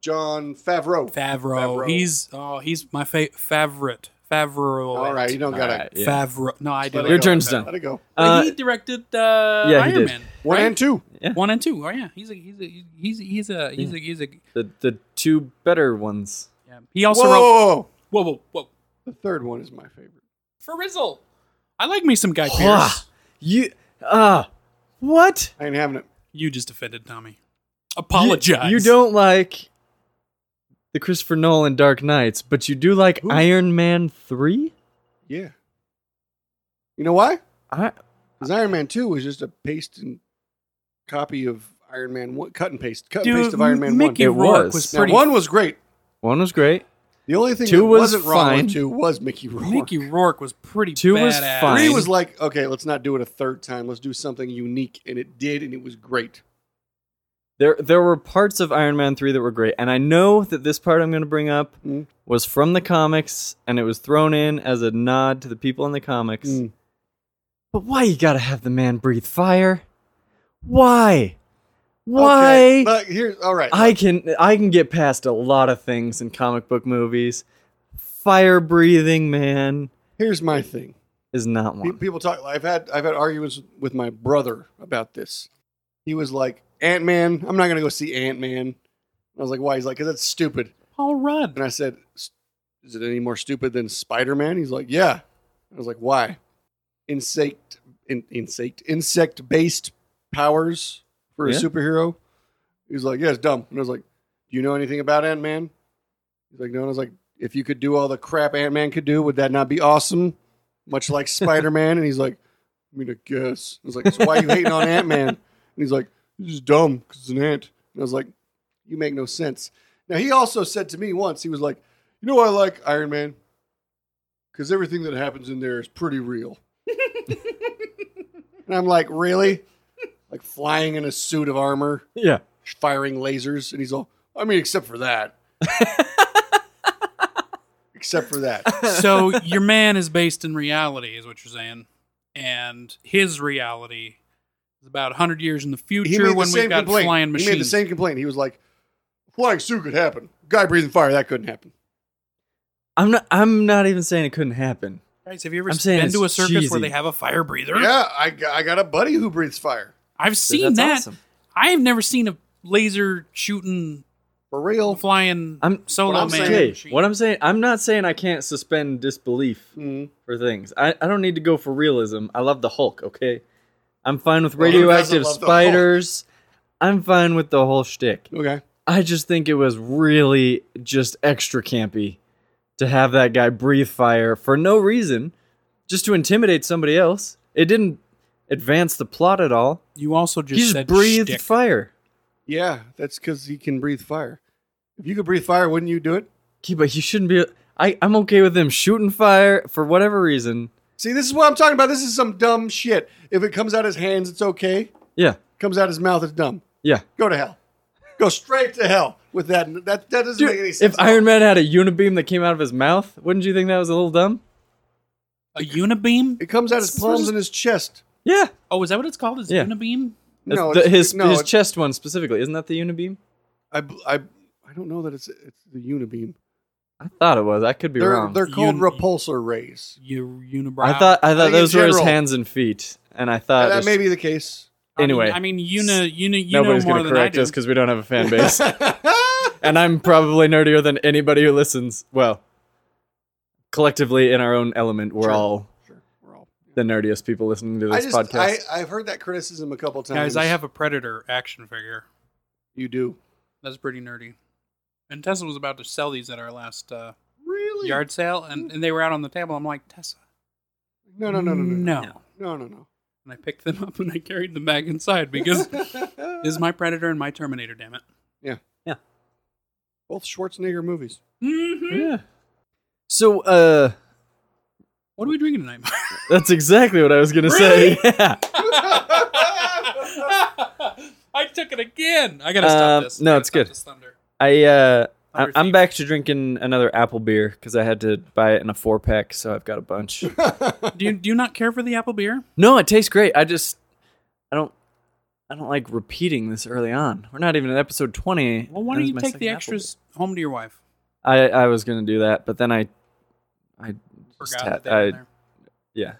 B: John Favreau.
D: favreau,
B: Favreau.
D: he's oh he's my fa- favorite favreau
B: All right, you don't
C: all
B: gotta.
C: right, yeah.
D: favreau no i do
B: let it
C: Your
B: go.
C: turn's done.
B: Let it go.
C: Uh,
D: he directed uh
C: yeah, he
D: iron
C: did.
D: man
B: One
D: right?
B: and two.
D: One and two. Oh yeah, he's a he's a he's a, he's a he's a he's a.
C: the the two better ones.
D: Yeah. He also
B: Whoa,
D: wrote
B: whoa, whoa.
D: whoa whoa whoa
B: The third one is my favorite.
D: for Rizzle. I like me some Guy
C: Wah.
D: Pearce.
C: You uh what?
B: I ain't having it.
D: You just offended Tommy.
C: You-
D: Apologize.
C: You, don't like the Christopher Nolan Dark Knights, but you do like
B: Who?
C: Iron Man 3?
B: Yeah. You know why?
C: I
B: Because Iron Man Two was just a paste and copy of Iron Man One, cut and paste, cut
D: Dude,
B: and paste of Iron Man
D: Mickey
C: It
B: One.
D: Rourke was,
C: was.
B: Now,
D: pretty.
B: one was great.
C: one was great.
B: The only thing
C: Two
B: that
C: was
B: wasn't wrong
C: fine.
B: with two was Mickey Rourke.
D: Mickey Rourke was pretty.
C: Two was
D: badass.
C: fine.
B: Three was like, okay, let's not do it a third time. Let's do something unique, and it did, and it was great.
C: There there were parts of Iron Man 3 that were great, and I know that this part I'm going to bring up
B: Mm.
C: was from the comics and it was thrown in as a nod to the people in the comics.
B: Mm.
C: But why you got to have the man breathe fire? Why? Why?
B: Okay, but here's all right.
C: I can I can get past a lot of things in comic book movies. Fire breathing man
B: here's my thing.
C: is not
B: Pe-
C: one.
B: People talk. I've had I've had arguments with my brother about this. He was like, Ant Man. I'm not gonna go see Ant Man. I was like, why? He's like, because that's stupid.
D: Paul Rudd.
B: And I said, "S- Is it any more stupid than Spider Man? He's like, Yeah. I was like, Why? Insect, in, insect, insect based powers for a
C: Yeah.
B: superhero. He's like, Yeah, it's dumb. And I was like, Do you know anything about Ant Man? He's like, No. And I was like, If you could do all the crap Ant Man could do, would that not be awesome? Much like Spider Man. And he's like, I mean, I guess. I was like, So why are you hating on Ant Man? And he's like, This is dumb because it's an ant. And I was like, You make no sense. Now he also said to me once, he was like, "You know, I like Iron Man because everything that happens in there is pretty real." and I'm like, "Really? Like flying in a suit of armor,
C: Yeah.
B: firing lasers?" And he's all, "I mean, except for that." except for that.
D: so your man is based in reality, is what you're saying, and his reality is about 100 years in the
B: He
D: future
B: made the
D: when we've
B: same
D: got
B: complaint.
D: flying
B: He
D: machines.
B: made the same complaint. He was like, "Flying suit could happen. Guy breathing fire that couldn't happen."
C: I'm not I'm not even saying it couldn't happen.
D: Guys, have you ever
C: I'm saying
D: been to a
C: it's
D: circus where
C: cheesy.
D: they have a fire breather?
B: Yeah, I, g- I got a buddy who breathes fire
D: I've seen
C: That's
D: that.
C: awesome.
D: I have never seen a laser shooting,
B: for real.
D: flying
C: I'm-
D: solo
B: what I'm
D: man.
C: Okay,
D: machine.
C: what I'm saying, I'm not saying I can't suspend disbelief
B: Mm.
C: for things. I, I don't need to go for realism. I love the Hulk, okay? I'm fine with
B: Well, who doesn't
C: radioactive
B: love the
C: spiders. I'm fine with the whole shtick.
B: Okay,
C: I just think it was really just extra campy to have that guy breathe fire for no reason, just to intimidate somebody else. It didn't advance the plot at all.
D: You also just,
C: he just
D: said
C: breathed
D: shtick.
C: fire.
B: yeah, that's because he can breathe fire. If you could breathe fire, wouldn't you do it?
C: Yeah, but he shouldn't be. I, I'm okay with them shooting fire for whatever reason.
B: See, this is what I'm talking about. This is some dumb shit. If it comes out his hands, it's okay.
C: Yeah,
B: Comes out his mouth, it's dumb.
C: yeah.
B: Go to hell. Go straight to hell with that. That that doesn't make any
C: Dude,
B: sense.
C: if Iron Man had a unibeam that came out of his mouth, wouldn't you think that was a little dumb?
D: A unibeam?
B: it comes out his
C: This is
B: palms
C: just-
B: and his chest.
C: Yeah.
D: Oh, is that what it's called? Is
C: Yeah.
D: unibeam?
C: That's
B: No,
C: the-
B: it's-
C: his
B: no,
C: his
B: it-
C: chest one specifically. Isn't that the unibeam?
B: I, b- I, I don't know that it's it's the unibeam.
C: I thought it was. I could be
B: They're
C: wrong.
B: they're called
D: Uni-
B: repulsor rays.
D: Your unibrow.
C: I thought I
B: I
C: thought
B: think in
C: those were his
B: general-
C: hands and feet, and I thought
B: that
C: this-
B: may be the case.
D: I mean-
C: anyway.
D: I mean, you know, you know, you
C: nobody's
D: know more
C: going to
D: than I
C: correct
D: do.
C: us because we don't have a fan base, and I'm probably nerdier than anybody who listens. Well, collectively in our own element, we're
B: Sure.
C: all
B: Sure, we're all.
C: the nerdiest people listening to
B: I
C: this
B: just I,
C: podcast.
B: I've heard that criticism a couple times.
D: Guys, I have a Predator action figure.
B: you do
D: That's pretty nerdy. And Tessa was about to sell these at our last uh,
B: really
D: yard sale, and, and they were out on the table. I'm like, Tessa,
B: No no no no no
D: no.
B: no no no.
D: And I picked them up and I carried them back inside because this is my Predator and my Terminator. Damn it!
B: Both Schwarzenegger movies.
C: yeah. So, uh,
D: What are we drinking tonight? Mark?
C: that's exactly what I was going to say. Yeah.
D: I took it again. I gotta stop
C: Um,
D: this. I
C: no,
D: gotta
C: it's
D: stop
C: good.
D: this thunder.
C: I uh, I,
D: Thunder
C: I'm
D: Thief.
C: back to drinking another apple beer because I had to buy it in a four pack, so I've got a bunch.
D: Do you do you not care for the apple beer?
C: no, it tastes great. I just, I don't, I don't like repeating this early on. We're not even at episode 20.
D: Well, why don't
C: and this is
D: you
C: my
D: take
C: second
D: the
C: apple
D: extras home to your wife?
C: beer. I I was gonna do that, but then I, I just
D: Forgot
C: had-
D: that they were
C: I-
D: in there.
C: yeah.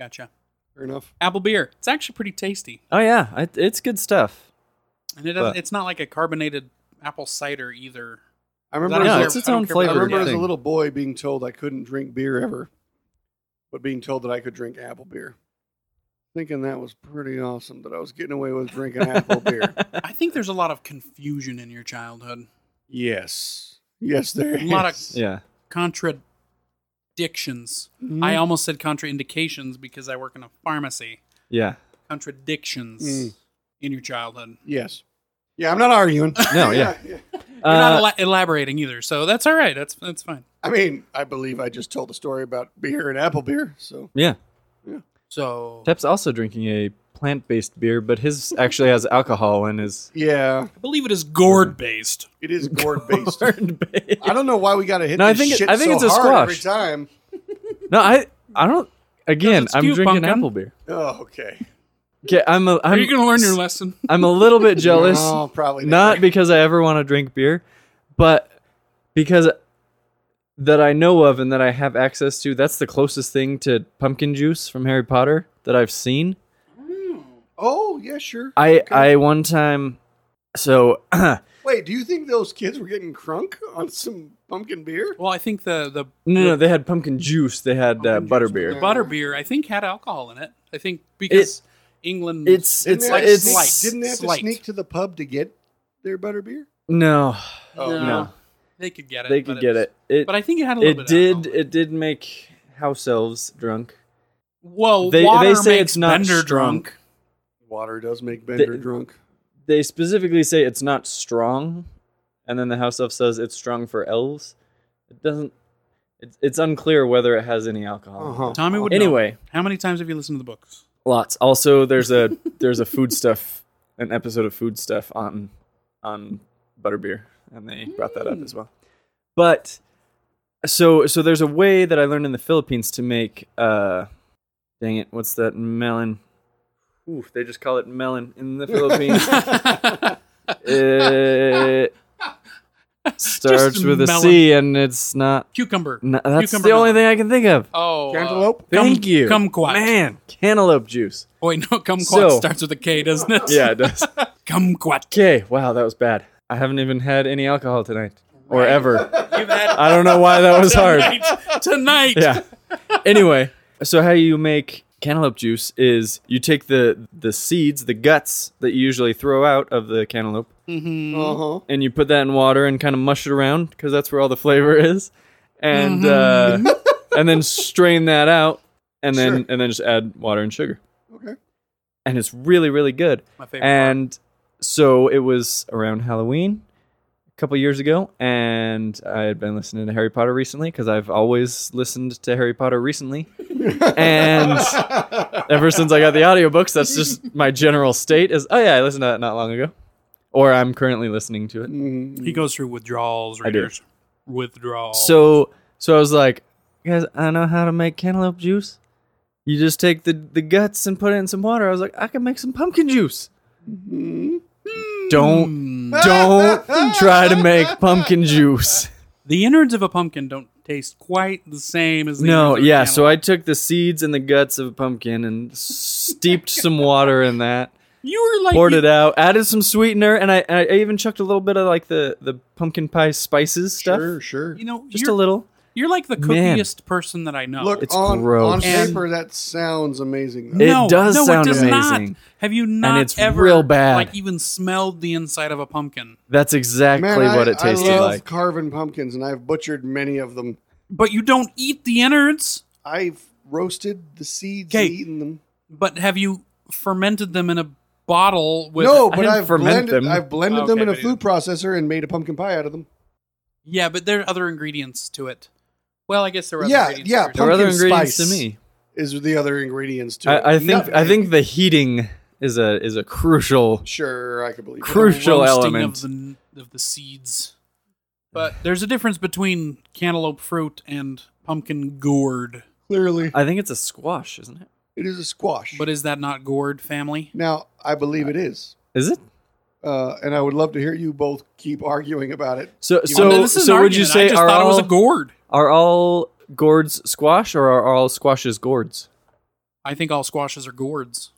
D: Gotcha.
B: Fair enough.
D: Apple beer. It's actually pretty tasty,
C: Oh yeah, it, it's good stuff.
D: and it doesn't,
C: But-
D: it's not like a carbonated apple cider either.
B: I
D: I
B: remember
D: don't
C: Yeah,
B: as
D: care-
B: a-
C: it's its
D: I don't
C: own
D: care about
B: I
C: flavored
B: remember as a
C: thing.
B: little boy being told I couldn't drink beer ever, but being told that I could drink apple beer. Thinking that was pretty awesome that I was getting away with drinking apple beer.
D: I think there's a lot of confusion in your childhood.
B: Yes. Yes, there
D: A
B: is.
D: lot of
C: Yeah.
D: contradictions.
C: Hmm.
B: Mm-hmm.
D: I almost said contraindications because I work in a pharmacy.
C: Yeah.
D: Contradictions
C: Hmm.
B: Mm.
D: in your childhood.
B: Yes. Yeah, I'm not arguing.
C: No. Yeah.
D: You're not
C: Uh,
D: ela- elaborating either, so that's all right. That's that's fine.
B: I mean, I believe I just told the story about beer and apple beer. So
C: yeah.
D: So
C: Tep's also drinking a plant-based beer, but his actually has alcohol in his.
B: yeah,
D: I believe it is gourd based.
B: it is gourd based.
C: Corn-based.
B: I don't know why we got to hit.
C: No, I
B: this
C: think it-
B: shit
C: I think
B: so
C: it's a
B: hard
C: squash.
B: every time.
C: No, I I don't. Again,
D: it's
C: I'm
D: cute,
C: drinking
D: Bunkin.
C: apple beer.
B: Oh, okay.
C: Okay, I'm a, I'm,
D: Are you going to learn your lesson?
C: I'm a little bit jealous,
B: No, probably
C: not because I ever want to drink beer, but because that I know of and that I have access to. That's the closest thing to pumpkin juice from Harry Potter that I've seen.
B: Oh, yeah, sure.
C: I I one time, so no,
B: Wait, do you think those kids were getting crunk on some pumpkin beer?
D: Well, I think the the
C: no, they had pumpkin juice. They had uh,
D: the
C: butterbeer.
D: butter beer I think had alcohol in it. I think because England
C: It's
B: Didn't
C: it's
B: they have to
C: it's
B: sneak-
D: slight.
B: Didn't they have to
D: Slight.
B: sneak to the pub to get their butter beer?
C: no,
B: Oh,
C: no,
D: they could get it.
C: they
D: but
C: could get
D: was-
C: it. It
D: But I think it had a little bit. of
C: it did
D: alcohol.
C: it did make house elves drunk.
D: Whoa,
C: They-
D: water
C: they say
D: makes
C: it's not
D: Bender
C: strong.
D: drunk.
B: Water does make Bender
C: The-
B: drunk.
C: they specifically say it's not strong, and then the house elf says it's strong for elves. It doesn't. It's, it's unclear whether it has any alcohol.
B: Uh-huh.
D: Tommy would know.
C: Anyway,
D: How many times have you listened to the books?
C: lots. Also, there's a there's a food stuff an episode of food stuff on on butterbeer, and they brought that up as
D: Hmm.
C: well. But so so there's a way that I learned in the Philippines to make uh, dang it, what's that melon? Oof, they just call it melon in the Philippines.
D: I
C: Uh, Starts with a C
D: melon.
C: and it's not.
D: Cucumber.
C: n- that's
D: Cucumber
C: the only
D: melon.
C: thing I can think of.
D: Oh, uh,
B: Uh-huh. Cantaloupe?
D: cum-
C: Thank you.
D: Kumquat.
C: Man, cantaloupe juice.
D: Oh, wait, no, kumquat
C: So-
D: starts with a K, doesn't it?
C: Yeah, it does.
D: Kumquat.
C: okay, wow, that was bad. I haven't even had any alcohol tonight or ever.
D: You've had
C: I don't know why that was hard.
D: tonight. tonight.
C: yeah. Anyway, so how you make cantaloupe juice is you take the the seeds, the guts that you usually throw out of the cantaloupe,
B: Uh huh.
C: and you put that in water and kind of mush it around because that's where all the flavor is, and uh, and then strain that out, and then
B: Sure.
C: and then just add water and sugar,
B: Okay.
C: and it's really really good.
D: My favorite. part.
C: And so it was around Halloween a couple years ago, and I had been listening to Harry Potter recently because I've always listened to Harry Potter recently. and ever since I got the audiobooks, that's just my general state is, oh yeah, I listened to that not long ago. Or I'm currently listening to it.
B: Mm,
D: he goes through withdrawals,
C: I do.
D: readers. Withdrawals.
C: So so I was like, guys, I know how to make cantaloupe juice. You just take the, the guts and put it in some water. I was like, I can make some pumpkin juice.
B: Mm-hmm.
C: Don't
D: Mm.
C: don't try to make pumpkin juice.
D: the innards of a pumpkin don't taste quite the same as the
C: No,
D: innards of a
C: yeah. So
D: cantaloupe.
C: I took the seeds and the guts of a pumpkin and steeped some water in that,
D: you were like
C: poured
D: you-
C: it out, added some sweetener, and I, I even chucked a little bit of like the, the pumpkin pie spices stuff,
B: Sure, sure.
D: You know,
C: just
D: you're,
C: a little.
D: You're like the
C: Man.
D: cookiest person that I know.
B: Look,
C: It's
B: on,
C: gross.
B: on
D: And-
B: paper, that sounds amazing. though.
C: It does
D: no,
C: sound
D: it does
C: amazing.
D: Not. Have you not
C: it's
D: ever
C: real bad.
D: like even smelled the inside of a pumpkin?
C: That's exactly
B: Man, I-
C: what it tasted
B: I love
C: like.
B: carving pumpkins, and I've butchered many of them.
D: But you don't eat the innards.
B: I've roasted the seeds
D: Okay.
B: and eaten them.
D: But have you fermented them in a bottle with?
B: no,
C: I
B: but
C: didn't
B: I've
C: ferment
B: blended,
C: them.
B: I've blended
D: Okay,
B: them in a
D: but you
B: food processor and made a pumpkin pie out of them.
D: Yeah, but there are other ingredients to it. Well, I guess there were.
B: Yeah,
D: other ingredients
B: yeah,
D: to it.
C: There were other
B: pumpkin
C: ingredients
B: spice.
C: to me.
B: Is the other ingredients to it?
C: I, I think
B: Nutmeg.
C: I think the heating is a is a crucial.
B: Sure, I can believe.
D: The
B: it.
C: crucial
D: roasting
C: element.
D: of the, of the seeds. But there's a difference between cantaloupe fruit and pumpkin gourd.
B: Clearly,
C: I think it's a squash, isn't it?
B: it is a squash.
D: But is that not gourd family?
B: now I believe it is,
C: Is it?
B: uh, and I would love to hear you both keep arguing about it.
C: So
D: Oh, no,
C: so
D: this is an
C: so would you
D: argument.
C: say
D: I just
C: are
D: thought
C: all
D: it was a gourd?
C: Are all gourds squash or are all squashes gourds?
D: I think all squashes are gourds.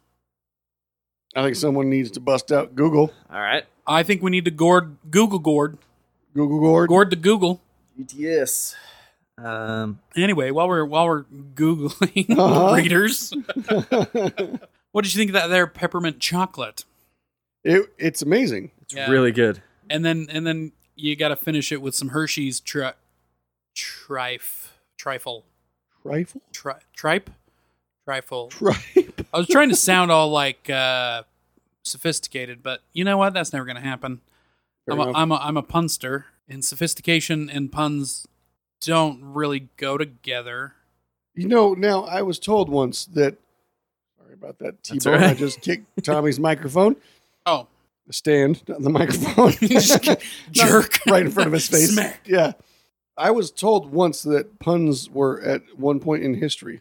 B: I think someone needs to bust out Google,
C: All right.
D: I think we need to gourd Google gourd.
B: Google Gord.
D: Gourd to Google.
C: ETS. Um,
D: Anyway, while we're while we're googling
B: Uh-huh.
D: readers, what did you think of that there peppermint chocolate?
B: It, it's amazing.
C: it's
D: Yeah.
C: really good.
D: And then and then you got to finish it with some Hershey's tri- trife trifle
B: Rifle,
D: tri- tripe trifle.
B: tripe.
D: I was trying to sound all like uh, sophisticated, but you know what? That's never going to happen.
B: Fair
D: I'm a,
B: enough.
D: I'm a I'm a punster, and sophistication and puns don't really go together.
B: You know, now I was told once that. Sorry about that, T
C: That's
B: Bone.
C: all right.
B: I just kicked Tommy's microphone.
D: Oh,
B: The stand, not the microphone.
D: Just kick-
B: Not
D: jerk.
B: right in front of his face.
D: Smack.
B: Yeah. I was told once that puns were at one point in history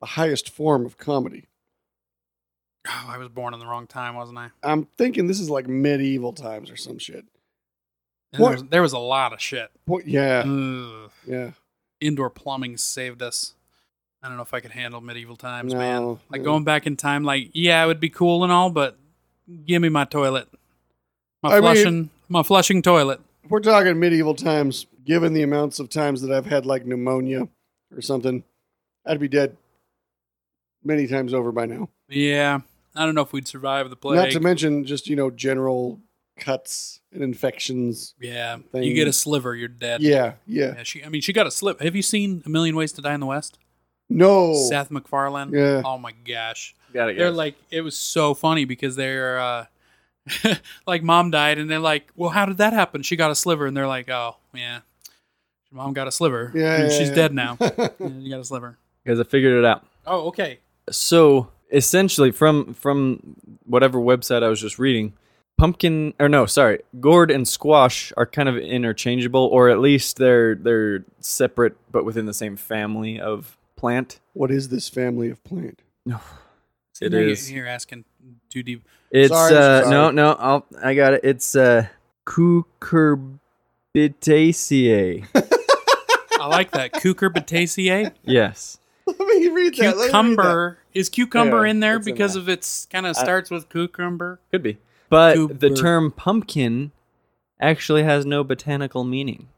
B: the highest form of comedy.
D: Oh, I was born in the wrong time, wasn't I?
B: I'm thinking this is like medieval times or some shit.
D: And there
B: What?
D: was, there was a lot of shit.
B: Well,
D: Mm,
B: yeah,
D: Ugh.
B: yeah.
D: Indoor plumbing saved us. I don't know if I could handle medieval times,
B: No,
D: man. Like
B: no.
D: going back in time, like yeah, it would be cool and all, but give me my toilet, my
B: I mean-
D: flushing, my flushing toilet.
B: If we're talking medieval times, given the amounts of times that I've had like pneumonia or something, I'd be dead many times over by now.
D: Yeah, I don't know if we'd survive the plague.
B: Not to mention just, you know, general cuts and infections.
D: yeah,
B: thing.
D: you get a sliver, you're dead.
B: Yeah, yeah.
D: Yeah, she. I mean, she got a slip. Have you seen A Million Ways to Die in the West?
B: No.
D: Seth MacFarlane.
B: Oh. Yeah.
D: Oh my gosh.
C: Got it.
D: They're like, it was so funny because they're uh, like, mom died, and they're like, well, how did that happen? She got a sliver, and they're like, oh yeah, your mom got a sliver.
B: Yeah,
D: and
B: yeah,
D: she's
B: yeah.
D: dead now. oh, Yeah, you got a sliver.
C: because I figured it out.
D: Oh, okay.
C: So essentially, from from whatever website I was just reading, pumpkin or no, sorry, gourd and squash are kind of interchangeable, or at least they're they're separate but within the same family of plant.
B: What is this family of plant?
C: It
D: Now you-
C: is.
D: You're asking too deep.
C: It's
B: Sorry,
C: uh
B: sorry.
C: no no I'll, I got it. It's uh cucurbitacea. Bitaceae.
D: I like that. Cucur bataceae.
C: Yes.
B: Let me read that. let me read that.
D: Cucumber. Is cucumber
B: Yeah,
D: in there
B: it's in
D: because
B: there.
D: of its kind of starts with cucumber?
C: Could be. But the
D: Cooper.
C: term pumpkin actually has no botanical meaning.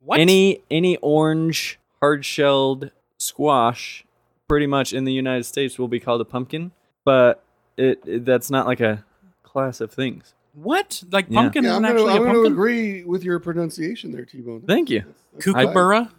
D: What?
C: Any any orange hard-shelled squash pretty much in the United States will be called a pumpkin, but it, it- that's not like a class of things.
D: What? Like
C: Yeah.
D: pumpkin
B: Yeah, I'm
D: isn't
B: gonna,
D: actually
B: I'm
D: a
B: gonna
D: pumpkin?
B: agree with your pronunciation there, T-Bone.
C: Thank you.
D: Cucurbura?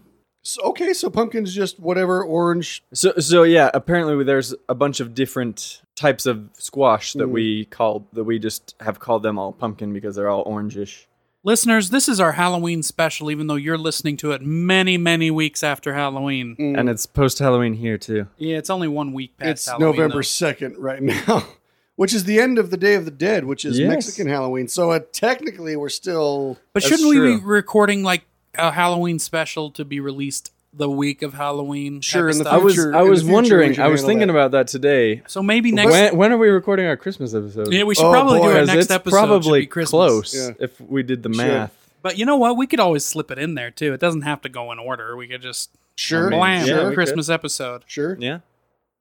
B: So, okay, so pumpkin's just whatever orange.
C: So so yeah, apparently there's a bunch of different types of squash that
B: Mhm.
C: we call that we just have called them all pumpkin because they're all orangish.
D: Listeners, this is our Halloween special, even though you're listening to it many, many weeks after Halloween.
B: Mm.
C: And it's post Halloween here too.
D: Yeah, it's only one week past
B: it's
D: Halloween.
B: November
D: though.
B: second right now, which is the end of the Day of the Dead, which is
C: Yes.
B: Mexican Halloween. So uh, technically, we're still
D: But
C: That's
D: shouldn't we
C: true.
D: be recording like a Halloween special to be released the week of Halloween? type
B: Sure,
D: of
B: in the
D: stuff?
C: I was
B: future-
C: I
B: in the
C: was
B: future, we
C: wondering.
B: should
C: I was
B: handle
C: thinking
B: that.
C: about that today.
D: So maybe next.
C: When, when are we recording our Christmas episode?
D: yeah, we should
B: Oh,
D: probably
B: boy.
D: do our
C: Because
D: next
C: it's
D: episode. should
C: probably
D: be Christmas.
C: close
B: Yeah.
C: if we did the
B: Sure.
C: math.
D: But you know what? We could always slip it in there too. It doesn't have to go in order. We could just
B: sure,
D: blam
C: yeah,
B: sure,
C: we could.
D: Christmas episode.
B: sure.
C: Yeah,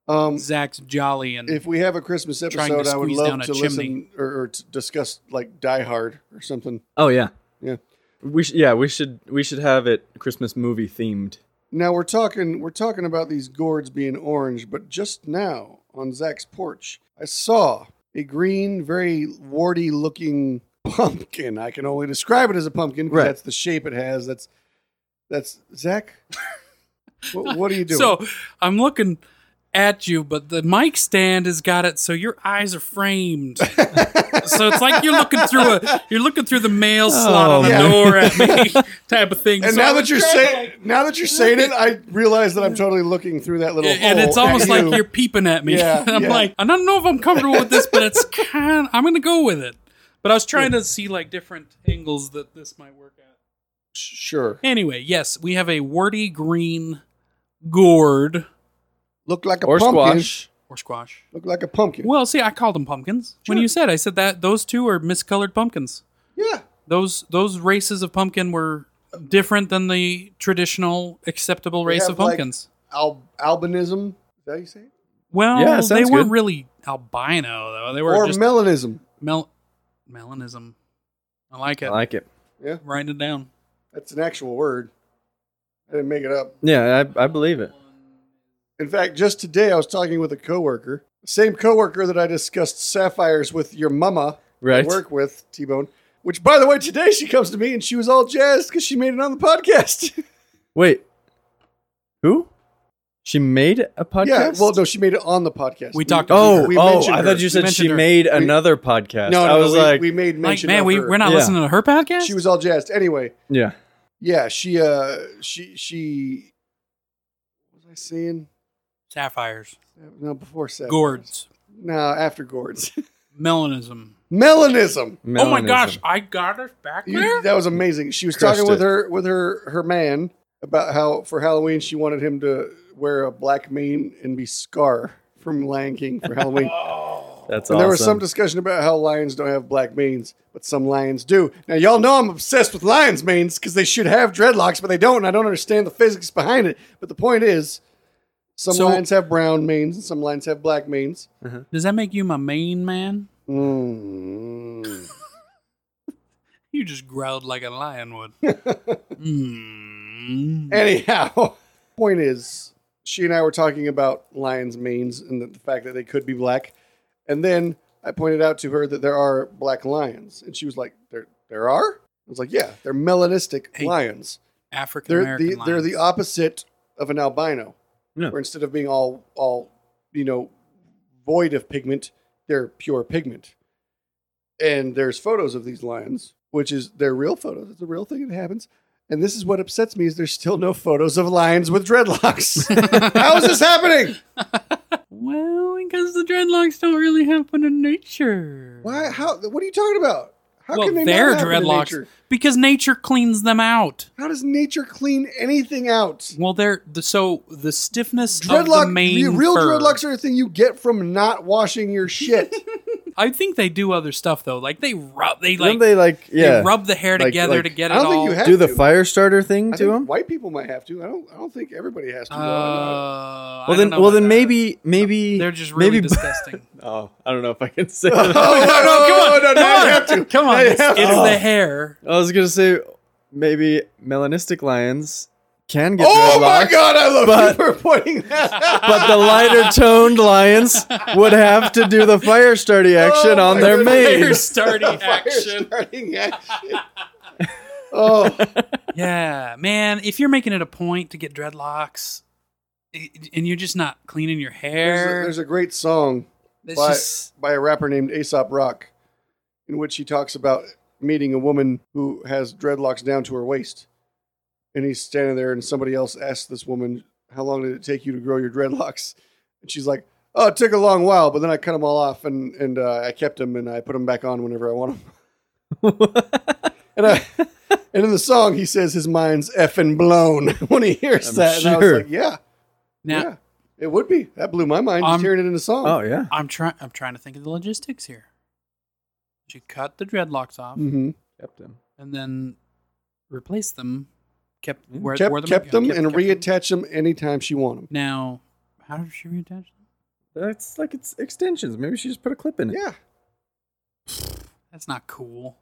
B: Um,
D: Zach's jolly and
B: if we have a Christmas
D: Trying to
B: episode, I would
D: squeeze
B: love
D: down a
B: to listen
D: chimney.
B: or, or to discuss like Die Hard or something.
C: Oh yeah.
B: Yeah.
C: We sh- yeah we should we should have it Christmas movie themed.
B: Now we're talking we're talking about these gourds being orange, but just now on Zach's porch, I saw a green, very warty looking pumpkin. I can only describe it as a pumpkin because
C: Right.
B: that's the shape it has. That's that's Zach. what, what are you doing?
D: so I'm looking at you, but the mic stand has got it so your eyes are framed. so it's like you're looking through a you're looking through the mail slot on the
B: man.
D: door at me type of thing.
B: Oh, and
D: So I
B: now that
D: was
B: you're
D: trying to,
B: saying now that you're saying it, I realize that I'm totally looking through that little.
D: and
B: hole
D: it's almost
B: at
D: like
B: you.
D: you're peeping at me.
B: Yeah,
D: and I'm
B: yeah.
D: like, I don't know if I'm comfortable with this, but it's kind. I'm gonna go with it. But I was trying to see like different angles that this might work at.
B: sure
D: Anyway, yes, we have a warty green gourd
B: look like a
C: Or
B: pumpkin.
C: squash.
D: or squash.
B: Look like a pumpkin.
D: Well, see, I called them pumpkins when
B: Sure.
D: you said. I said that those two are miscolored pumpkins.
B: Yeah.
D: Those those races of pumpkin were different than the traditional acceptable race
B: have,
D: of
B: like-
D: pumpkin's.
B: Al- albinism. Is that how you say it?
D: well,
C: Yeah,
D: they
C: sounds
D: weren't
C: good.
D: really albino though. They were
B: Or
D: just
B: melanism.
D: mel- melanism. I like it.
C: I like it.
D: Write it down.
B: That's an actual word. I didn't make it up.
C: Yeah, I, I believe it.
B: In fact, just today I was talking with a coworker, same coworker that I discussed sapphires with your mama
C: Right.
B: at work with T Bone. Which, by the way, today she comes to me and she was all jazzed because she made it on the podcast.
C: Wait, who? She made a podcast.
B: yeah, well, no, she made it on the podcast.
D: We talked-
C: Oh,
B: we
C: oh!
B: mentioned
C: I
B: her.
C: thought you
B: We
C: said she
D: mentioned her.
C: made another podcast.
B: No, no,
C: I was
B: we,
C: like,
B: we made
D: Like,
B: mention.
D: man,
B: of
D: we,
B: her.
D: we're not
C: Yeah.
D: listening to her podcast.
B: She was all jazzed. Anyway,
C: yeah,
B: yeah, she, uh, she, she. What was I saying?
D: sapphires,
B: No, before sapphires.
D: gourds,
B: No, after gourds.
D: melanism.
B: Melanism.
D: Oh my
C: Melanism.
D: gosh, I got us back
B: You-
D: there.
B: that was amazing. She was
C: Crushed
B: talking with
C: it.
B: her with her her man about how for Halloween she wanted him to wear a black mane and be Scar from Lion King for Halloween.
C: That's awesome.
B: and there was some discussion about how lions don't have black manes, but some lions do. Now y'all know I'm obsessed with lions' manes because they should have dreadlocks, but they don't, and I don't understand the physics behind it. But the point is, some
D: So-
B: lions have brown manes and some lions have black manes.
D: Does that make you my main man?
B: Mm.
D: You just growled like a lion would. mm.
B: Anyhow, point is, she and I were talking about lions' manes and the, the fact that they could be black. And then I pointed out to her that there are black lions, and she was like, "There, there are." I was like, "Yeah, they're melanistic
D: Hey,
B: lions.
D: African
B: They're
D: American
B: the they're the opposite of an albino,
C: Yeah.
B: where instead of being all all you know void of pigment, they're pure pigment." And there's photos of these lions, which is they're real photos. It's a real thing that happens. And this is what upsets me is there's still no photos of lions with dreadlocks. How is this happening?
D: well, because the dreadlocks don't really happen in nature.
B: Why how what are you talking about? How
D: well,
B: can they
D: they're
B: not happen in
D: dreadlocks
B: nature?
D: because nature cleans them out.
B: How does nature clean anything out?
D: Well, they're the, so the stiffness of the
B: Dreadlock
D: mane.
B: real
D: fur-
B: dreadlocks are a thing you get from not washing your shit.
D: I think they do other stuff though. Like they rub, they
E: Don't
D: like
E: they like yeah
D: they rub the hair
E: Like-
D: together
E: like-
D: to get it
B: I don't
D: all.
B: think you have
E: do the
B: to.
E: fire starter thing
B: I
E: to
B: think
E: him?
B: White people might have to. I don't. I don't think everybody has to.
D: Uh,
B: though. I
D: I
C: Well,
D: don't
C: then-
D: know
C: well,
D: about
C: then
D: that.
C: maybe, maybe
D: they're just really
C: maybe-
D: disgusting.
C: Oh, I don't know if I can say.
B: don't know.
C: that.
B: Oh, no, no, come on, no, no, I have to.
D: Come on,
B: I
D: it's,
B: have
D: it's
B: to.
D: the hair.
C: I was gonna say maybe melanistic lions can get
B: Oh
C: dreadlocks,
B: my god, I love
C: but-
B: you for pointing that out.
C: but the lighter toned lions would have to do the fire starty action
B: Oh
C: on
B: my
C: their
B: goodness.
C: mane.
D: Hair starting action.
B: starting action. oh,
D: Yeah, man. If you're making it a point to get dreadlocks, i- and you're just not cleaning your
B: there's a,
D: hair,
B: there's a great song
D: it's
B: by,
D: just
B: by a rapper named Aesop Rock, in which he talks about meeting a woman who has dreadlocks down to her waist, and he's standing there, and somebody else asks this woman, "How long did it take you to grow your dreadlocks?" And she's like, "Oh, it took a long while, but then I cut them all off, and and uh, I kept them, and I put them back on whenever I want them." and I. And in the song, he says his mind's effing blown when he hears
C: I'm
B: that. And I was
C: sure.
B: like, yeah,
D: now.
B: yeah, it would be. That blew my mind
D: Um,
B: just hearing it in the song.
C: oh yeah,
D: I'm trying. I'm trying to think of the logistics here. You cut the dreadlocks off
B: hmm
C: kept him.
D: and then replace them. Kept where,
B: Mm-hmm. kept,
D: where the-
B: kept them
D: kept-
B: and
D: kept them.
B: reattach them. anytime she want them.
D: Now, how did she reattach them?
C: That's like it's extensions. Maybe she just put a clip in it.
B: Yeah.
D: That's not cool.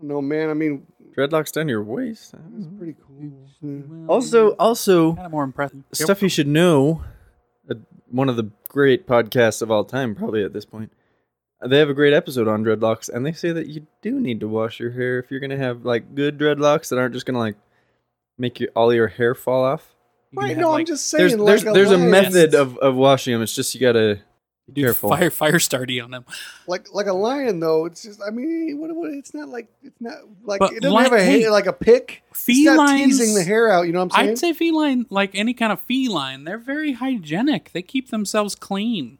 B: No, man. I mean,
C: Dreadlocks down your waist. I don't
B: it's
C: know.
B: pretty cool.
C: Also, also
D: kind of more impressive.
B: uh,
C: stuff you should know. Uh, one of the great podcasts of all time, probably at this point. Uh, They have a great episode on dreadlocks, and they say that you do need to wash your hair if you're gonna have like good dreadlocks that aren't just gonna like make your all your hair fall off.
D: You can
B: Right.
D: have,
B: No, I'm
D: like,
B: just saying.
C: There's
B: like
C: there's there's a
B: lion-
C: method of, of washing them. It's just you gotta be
D: do
C: careful.
D: Fire, fire starty on them.
B: like like a lion though. It's just I mean, what, what it's not like it's not like
D: But
B: it doesn't
D: lion-
B: have a
D: hey,
B: hair like a pick. It's not
D: Felines-
B: teasing the hair out. You know what I'm saying?
D: I'd say feline, like any kind of feline, they're very hygienic. They keep themselves clean.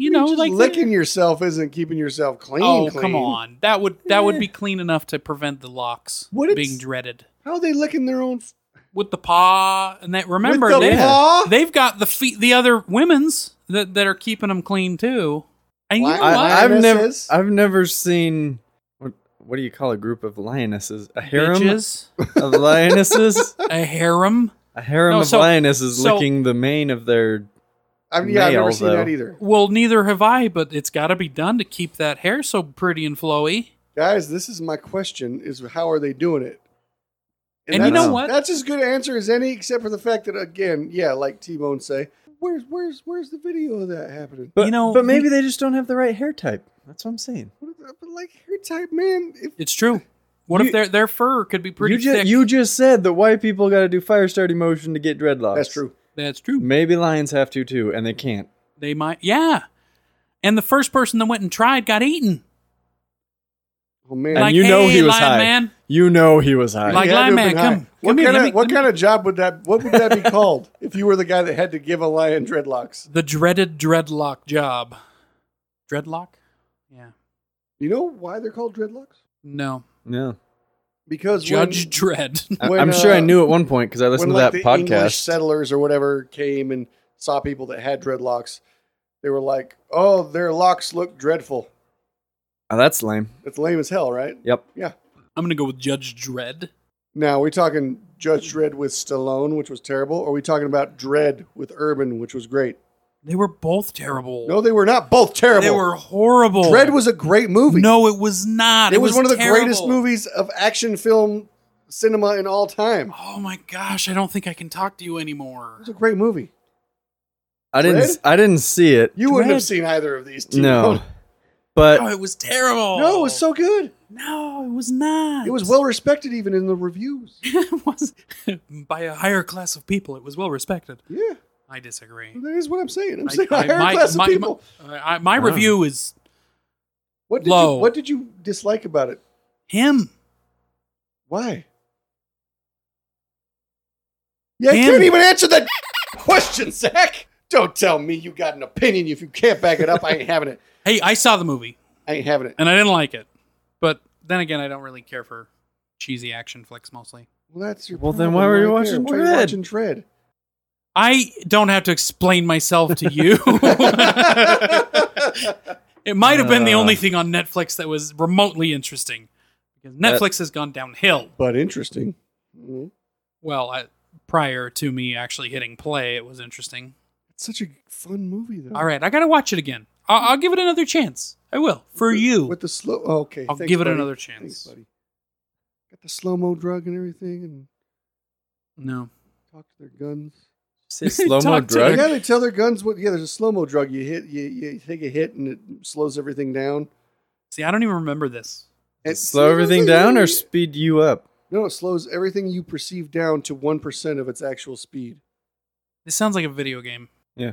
D: You know,
B: Just
D: like
B: licking yourself isn't keeping yourself clean.
D: Oh,
B: clean.
D: come on. That would that would
C: Yeah.
D: be clean enough to prevent the locks
B: What
D: being
B: it's-
D: dreaded
B: How are they licking their own? f-
D: with the paw and that. Remember,
B: with the
D: they,
B: paw?
D: they've got the feet, the other women's that, that are keeping them clean too. And you know
B: Why-
D: what?
C: I, I've never
B: Lionesses?
C: I've never seen what what do you call a group of lionesses? A harem
D: Bitches,
C: of lionesses?
D: a harem.
C: A harem
D: No,
C: of
D: so-
C: lionesses
D: so-
C: licking the mane of their
B: I mean, yeah, I've never
C: Male,
B: seen
C: though.
B: that either.
D: Well, neither have I, but it's got to be done to keep that hair so pretty and flowy.
B: guys this is my question is how are they doing it
D: And
C: you
B: that's-
C: know
D: what?
B: that's as good an answer as any except for the fact that again yeah like t-bone say where's where's where's the video of that happening
C: But,
D: You know,
C: but maybe they just don't have the right hair type. That's what I'm saying.
B: What if- but like hair type man if
D: It's true. What
C: You-
D: if their their fur could be pretty
C: you just
D: thick?
C: you just said that white people got to do fire starting motion to get dreadlocks.
B: that's true
D: That's true.
C: Maybe lions have to too, and they can't.
D: They might, yeah. And the first person that went and tried got eaten.
B: oh man
C: And
D: Like,
C: you know he
D: "Hey,
C: was
D: lion
C: high.
D: man."
C: You know he was high.
B: He
D: Like-
B: had to have
D: lineman,
B: been high.
D: come-
B: what
D: come here,
B: kind
D: let
B: of
D: me-
B: what
D: let me-
B: kind of job would that what would that be called if you were the guy that had to give a lion dreadlocks
D: The dreaded dreadlock job. Dreadlock? Yeah.
B: you know why they're called dreadlocks
D: No.
C: no,
B: because
D: Judge
B: when,
D: Dread.
C: I-
B: When,
C: I'm sure I
B: uh,
C: knew at one point because I listened
B: when
C: to
B: like
C: that
B: the English
C: podcast.
B: settlers or whatever came and saw people that had dreadlocks, they were like, "Oh, their locks look dreadful."
C: oh, that's lame.
B: That's lame as hell, right?
C: Yep.
D: I'm going to go with Judge Dread.
B: Now, are we talking Judge Dredd with Stallone, which was terrible, or are we talking about Dredd with Urban, which was great?
D: They were both terrible.
B: No, they were not both terrible.
D: They were horrible.
B: Dredd was a great movie.
D: No, it was not.
B: it, was, one of the
D: terrible.
B: greatest movies of action film cinema in all time. It
D: Oh my gosh, I don't think I can talk to you anymore.
B: was a great movie.
C: I didn't.
B: Dread?
C: I didn't see it.
B: You wouldn't have
D: Dredd.
B: seen either of these two.
C: no,
D: Oh,
C: but
D: it was terrible.
B: No, it was so good.
D: No, it was not.
B: It was well respected even in the reviews.
D: it was by a higher class of people. It was well respected.
B: Yeah.
D: I disagree.
B: That is what I'm saying. I'm
D: I-
B: saying
D: I-
B: a higher
D: my-
B: class
D: my-
B: of people.
D: my- I- my review is
B: what did
D: low.
B: you What did you dislike about it?
D: him.
B: Why? Yeah, I
D: Him.
B: can't even answer that question, Zach. Don't tell me you got an opinion if you can't back it up. I ain't having it.
D: Hey, I saw the movie
B: I ain't having it.
D: and I didn't like it, but then again, I don't really care for cheesy action flicks mostly.
B: Well, that's your.
C: Well, then
B: problem
C: why were you
B: right there.
C: watching
B: Why are you
C: Dredd?
B: watching Dredd?
D: I don't have to explain myself to you. It might have been the
C: Uh.
D: only thing on Netflix that was remotely interesting because Netflix has gone downhill.
B: but interesting. Mhm.
D: Well, I, prior to me actually hitting play, it was interesting.
B: It's such a fun movie, though.
D: All right, I gotta watch it again. I'll, I'll give it another chance. I will for you.
B: With the slow. oh, okay.
D: I'll
B: thanks,
D: give it
B: buddy.
D: another
B: Thanks,
D: chance.
B: buddy. Got the slow mo drug and everything, and
D: no,
B: talk to their guns.
C: Say slow mo
D: Talk to
C: drug.
B: Yeah, they tell their guns what. Yeah, there's a slow mo drug. You hit, you, you take a hit, and it slows everything down.
D: see, I don't even remember this.
B: It
C: Slow everything down or
B: slows-
C: speed you up?
B: no? It slows everything you perceive down to one percent of its actual speed.
D: This sounds like a video game
B: I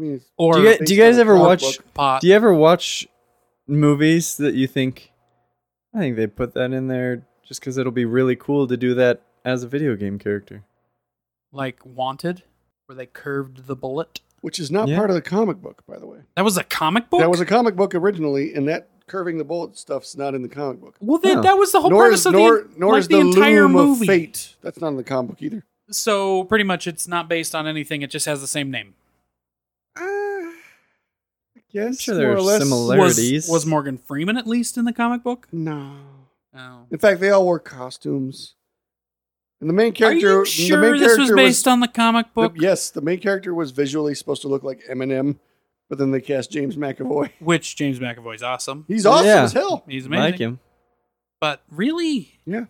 B: mean, it's
D: or
C: Do you, guys- do you guys ever
B: Comic
C: watch?
B: book.
D: pot.
C: Do you ever watch movies that you think? I think they put that in there just because it'll be really cool to do that as a video game character.
D: like Wanted, where they curved the bullet.
B: which is not
C: Yeah.
B: part of the comic book, by the way.
D: That was a comic book.
B: That was a comic book originally, and that curving the bullet stuff's not in the comic book.
D: well. Then
C: Oh.
D: that was the whole
B: nor
D: purpose
B: is
D: of
B: nor,
D: the
B: nor
D: like
B: is the,
D: entire
B: loom
D: movie.
B: of fate. That's not in the comic book either.
D: So pretty much, it's not based on anything. It just has the same name.
B: I guess
C: sure there are
D: Was,
C: similarities. Similarities.
D: was Morgan Freeman at least in the comic book?
B: No.
D: Oh.
B: In fact, they all wore costumes. And the main character,
D: Are you
B: the
D: sure
B: main
D: this
B: character
D: was based on the comic
B: the-
D: book?
B: yes, the main character was visually supposed to look like Eminem, but then they cast James McAvoy.
D: Which James McAvoy's awesome.
B: He's awesome
C: Oh, Yeah.
B: as hell.
D: He's amazing.
C: Like him.
D: But really,
B: Yeah.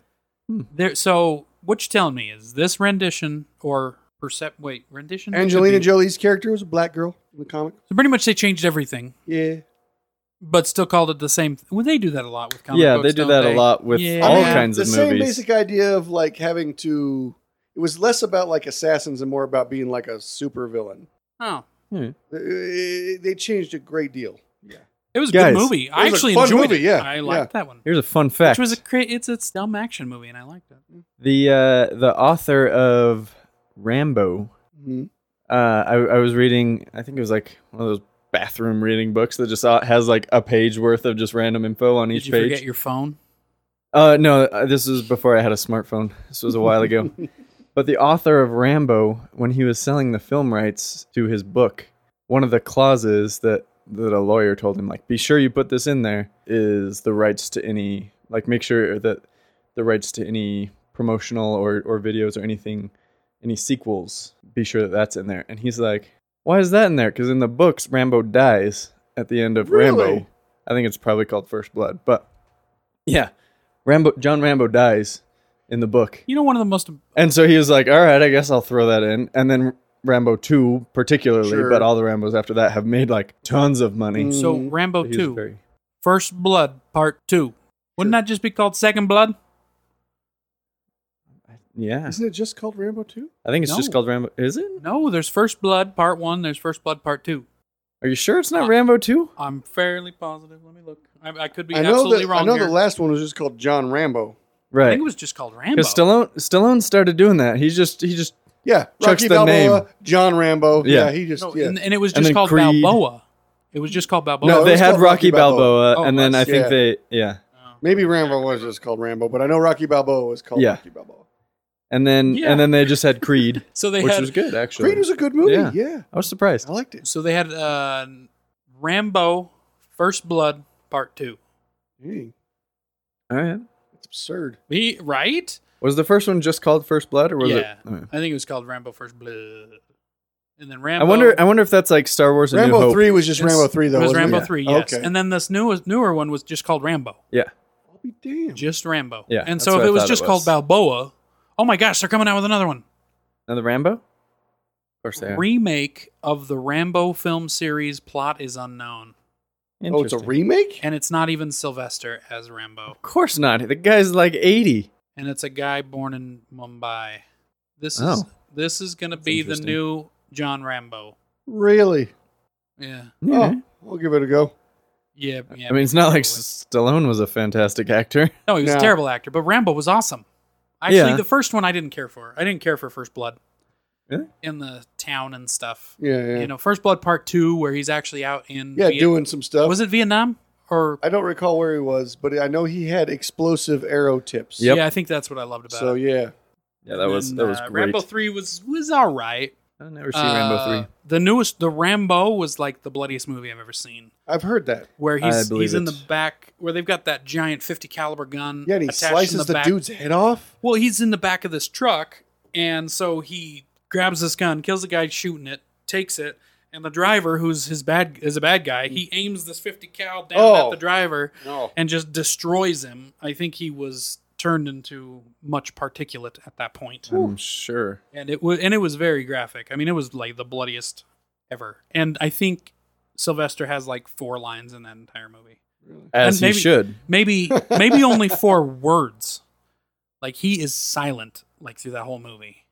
D: there. So what you telling me is this rendition or percept? Wait, rendition.
B: Angelina
D: Could be.
B: Jolie's character was a black girl in the comic.
D: So pretty much they changed everything,
B: Yeah.
D: but still called it the same. Th- well, they do that a lot with comic
C: yeah,
D: books.
C: they do
D: don't
C: that
D: they?
C: a lot with
D: Yeah.
C: all
D: I mean,
C: kinds
B: the
C: of
B: same
C: movies.
B: basic idea of like having to it was less about like assassins and more about being like a super villain
D: Oh,
C: Hmm.
B: Uh, they changed a great deal yeah
D: it was a
C: Guys,
D: good movie. I
B: was a
D: actually
B: fun
D: enjoyed
B: movie,
D: it.
B: yeah,
D: I liked that one.
C: Here's a fun
D: Which
C: fact.
D: was a cra- it's it's dumb action movie, and I liked it.
C: the uh, the author of Rambo.
B: Mhm.
C: Uh, I, I was reading. I think it was like one of those bathroom reading books that just uh, has like a page worth of just random info on
D: Did
C: each
D: you
C: page.
D: forget your phone?
C: Uh, no, uh, this was before I had a smartphone. This was a while ago. But the author of Rambo, when he was selling the film rights to his book, one of the clauses that that a lawyer told him, like, be sure you put this in there, is the rights to any, like, make sure that the rights to any promotional or or videos or anything, any sequels, be sure that that's in there. And he's like, why is that in there? Because in the books, Rambo dies at the end of Rambo.
B: Really?
C: I think it's probably called First Blood, but yeah, Rambo John Rambo dies in the book.
D: You know, one of the most
C: And so he was like, "All right, I guess I'll throw that in." And then Rambo 2 particularly,
B: Sure.
C: but all the Rambos after that have made like tons of money.
B: Mm.
D: so
B: Mhm.
D: Rambo
C: But he was
D: two.
C: very-
D: First Blood Part Two. Wouldn't that just be called Second Blood?
C: yeah.
B: isn't it just called rambo 2
C: I think it's just
D: No.
C: called Rambo. Is it?
D: No, there's First Blood Part One. There's First Blood Part Two.
C: Are you sure it's not
D: Uh,
C: Rambo 2?
D: I'm fairly positive. Let me look. I, I could be
B: i know
D: absolutely
B: that
D: wrong
B: i know
D: here.
B: the last one was just called john
D: I
B: rambo
C: Right.
D: think it was just called Rambo.
C: Cuz Stallone Stallone started doing that. He just he just
B: yeah
C: Chuck's
B: rocky
C: the
B: balboa
C: name.
B: john rambo yeah,
C: Yeah.
B: he just
D: No,
B: yeah.
D: and, and it was
C: And
D: just
C: then
D: called
C: Creed.
D: Balboa. It was just called Balboa.
C: No,
B: it
C: they
B: was
C: had
B: called
C: Rocky
B: Rocky
C: Balboa,
B: Balboa.
D: Oh,
C: and then I
D: that's-
C: think
B: yeah.
C: they yeah.
B: maybe rambo was just called rambo but i know rocky balboa was called
C: Yeah.
B: rocky balboa
C: And then
D: Yeah.
C: and then they just had Creed,
D: so they
C: which
D: had
C: was good actually.
B: creed was a good movie
C: Yeah.
B: yeah,
C: I was surprised.
B: i liked it
D: so they had uh, Rambo First Blood Part Two.
B: Dang,
C: All right.
B: it's absurd
D: He, right?
C: Was the first one just called First Blood or was
D: yeah,
C: it Okay.
D: I think it was called Rambo First Blood. And then
C: I
D: Rambo.
C: wonder. I wonder if that's like Star Wars: A New
B: rambo
C: Hope.
B: 3 was just
D: It's-
B: rambo 3 though
D: It was
B: wasn't
D: Rambo
C: Yeah.
D: three, yes.
B: okay
D: And then this newest newer one was just called Rambo,
C: Yeah,
B: i'll be damned
D: just Rambo.
C: Yeah,
D: And
C: that's
D: so
C: what
D: if
C: I
D: it was
C: thought it
D: just called
C: was.
D: Balboa, oh my gosh, they're coming out with another one
C: another Rambo. Of course they are.
D: remake of the Rambo film series. Plot is unknown,
B: oh it's a
C: Interesting.
B: remake
D: and it's not even Sylvester as Rambo,
C: Of course not. The guy's like eighty.
D: and it's a guy born in Mumbai. This is
C: Oh.
D: this is gonna be the
C: interesting.
D: new John Rambo.
B: really
D: Yeah,
C: Yeah.
B: oh i'll give it a go
D: yeah, yeah.
C: I mean, it's not like
D: probably.
C: Stallone was a fantastic actor.
D: No, he was a
B: No.
D: terrible actor, but Rambo was awesome. Actually,
C: Yeah.
D: the first one I didn't care for. I didn't care for First Blood.
C: Really?
D: In the town and stuff.
B: yeah yeah
D: You know, First Blood Part 2, where he's actually out in.
B: Yeah,
D: Viet-
B: doing some stuff.
D: Was it Vietnam? Or.
B: I don't recall where he was, but I know he had explosive arrow tips.
C: Yep.
D: Yeah, I think that's what I loved about
B: So
D: it.
B: yeah,
C: Yeah, that was
D: And,
C: that was
D: uh,
C: great.
D: Rambo 3 was, was all right.
C: I've never seen Rambo
D: Uh, The newest, the Rambo was like the bloodiest movie I've ever seen.
B: I've heard that.
D: Where he's
C: believe
D: he's in
C: it.
D: the back, where they've got that giant fifty caliber gun.
B: Yeah, and he
D: attached in
B: slices the,
D: back.
B: dude's head off.
D: Well, he's in the back of this truck, and so he grabs this gun, kills the guy shooting it, takes it, and the driver, who's his bad is a bad guy, he aims this fifty cal down
B: Oh.
D: at the driver
B: No.
D: and just destroys him. I think he was turned into much particulate at that point.
C: three. I'm sure.
D: and it was and it was very graphic. I mean, it was like the bloodiest ever. And I think Sylvester has like four lines in that entire movie.
C: As
D: And maybe-
C: he should.
D: Maybe maybe only four words. Like he is silent like through that whole movie.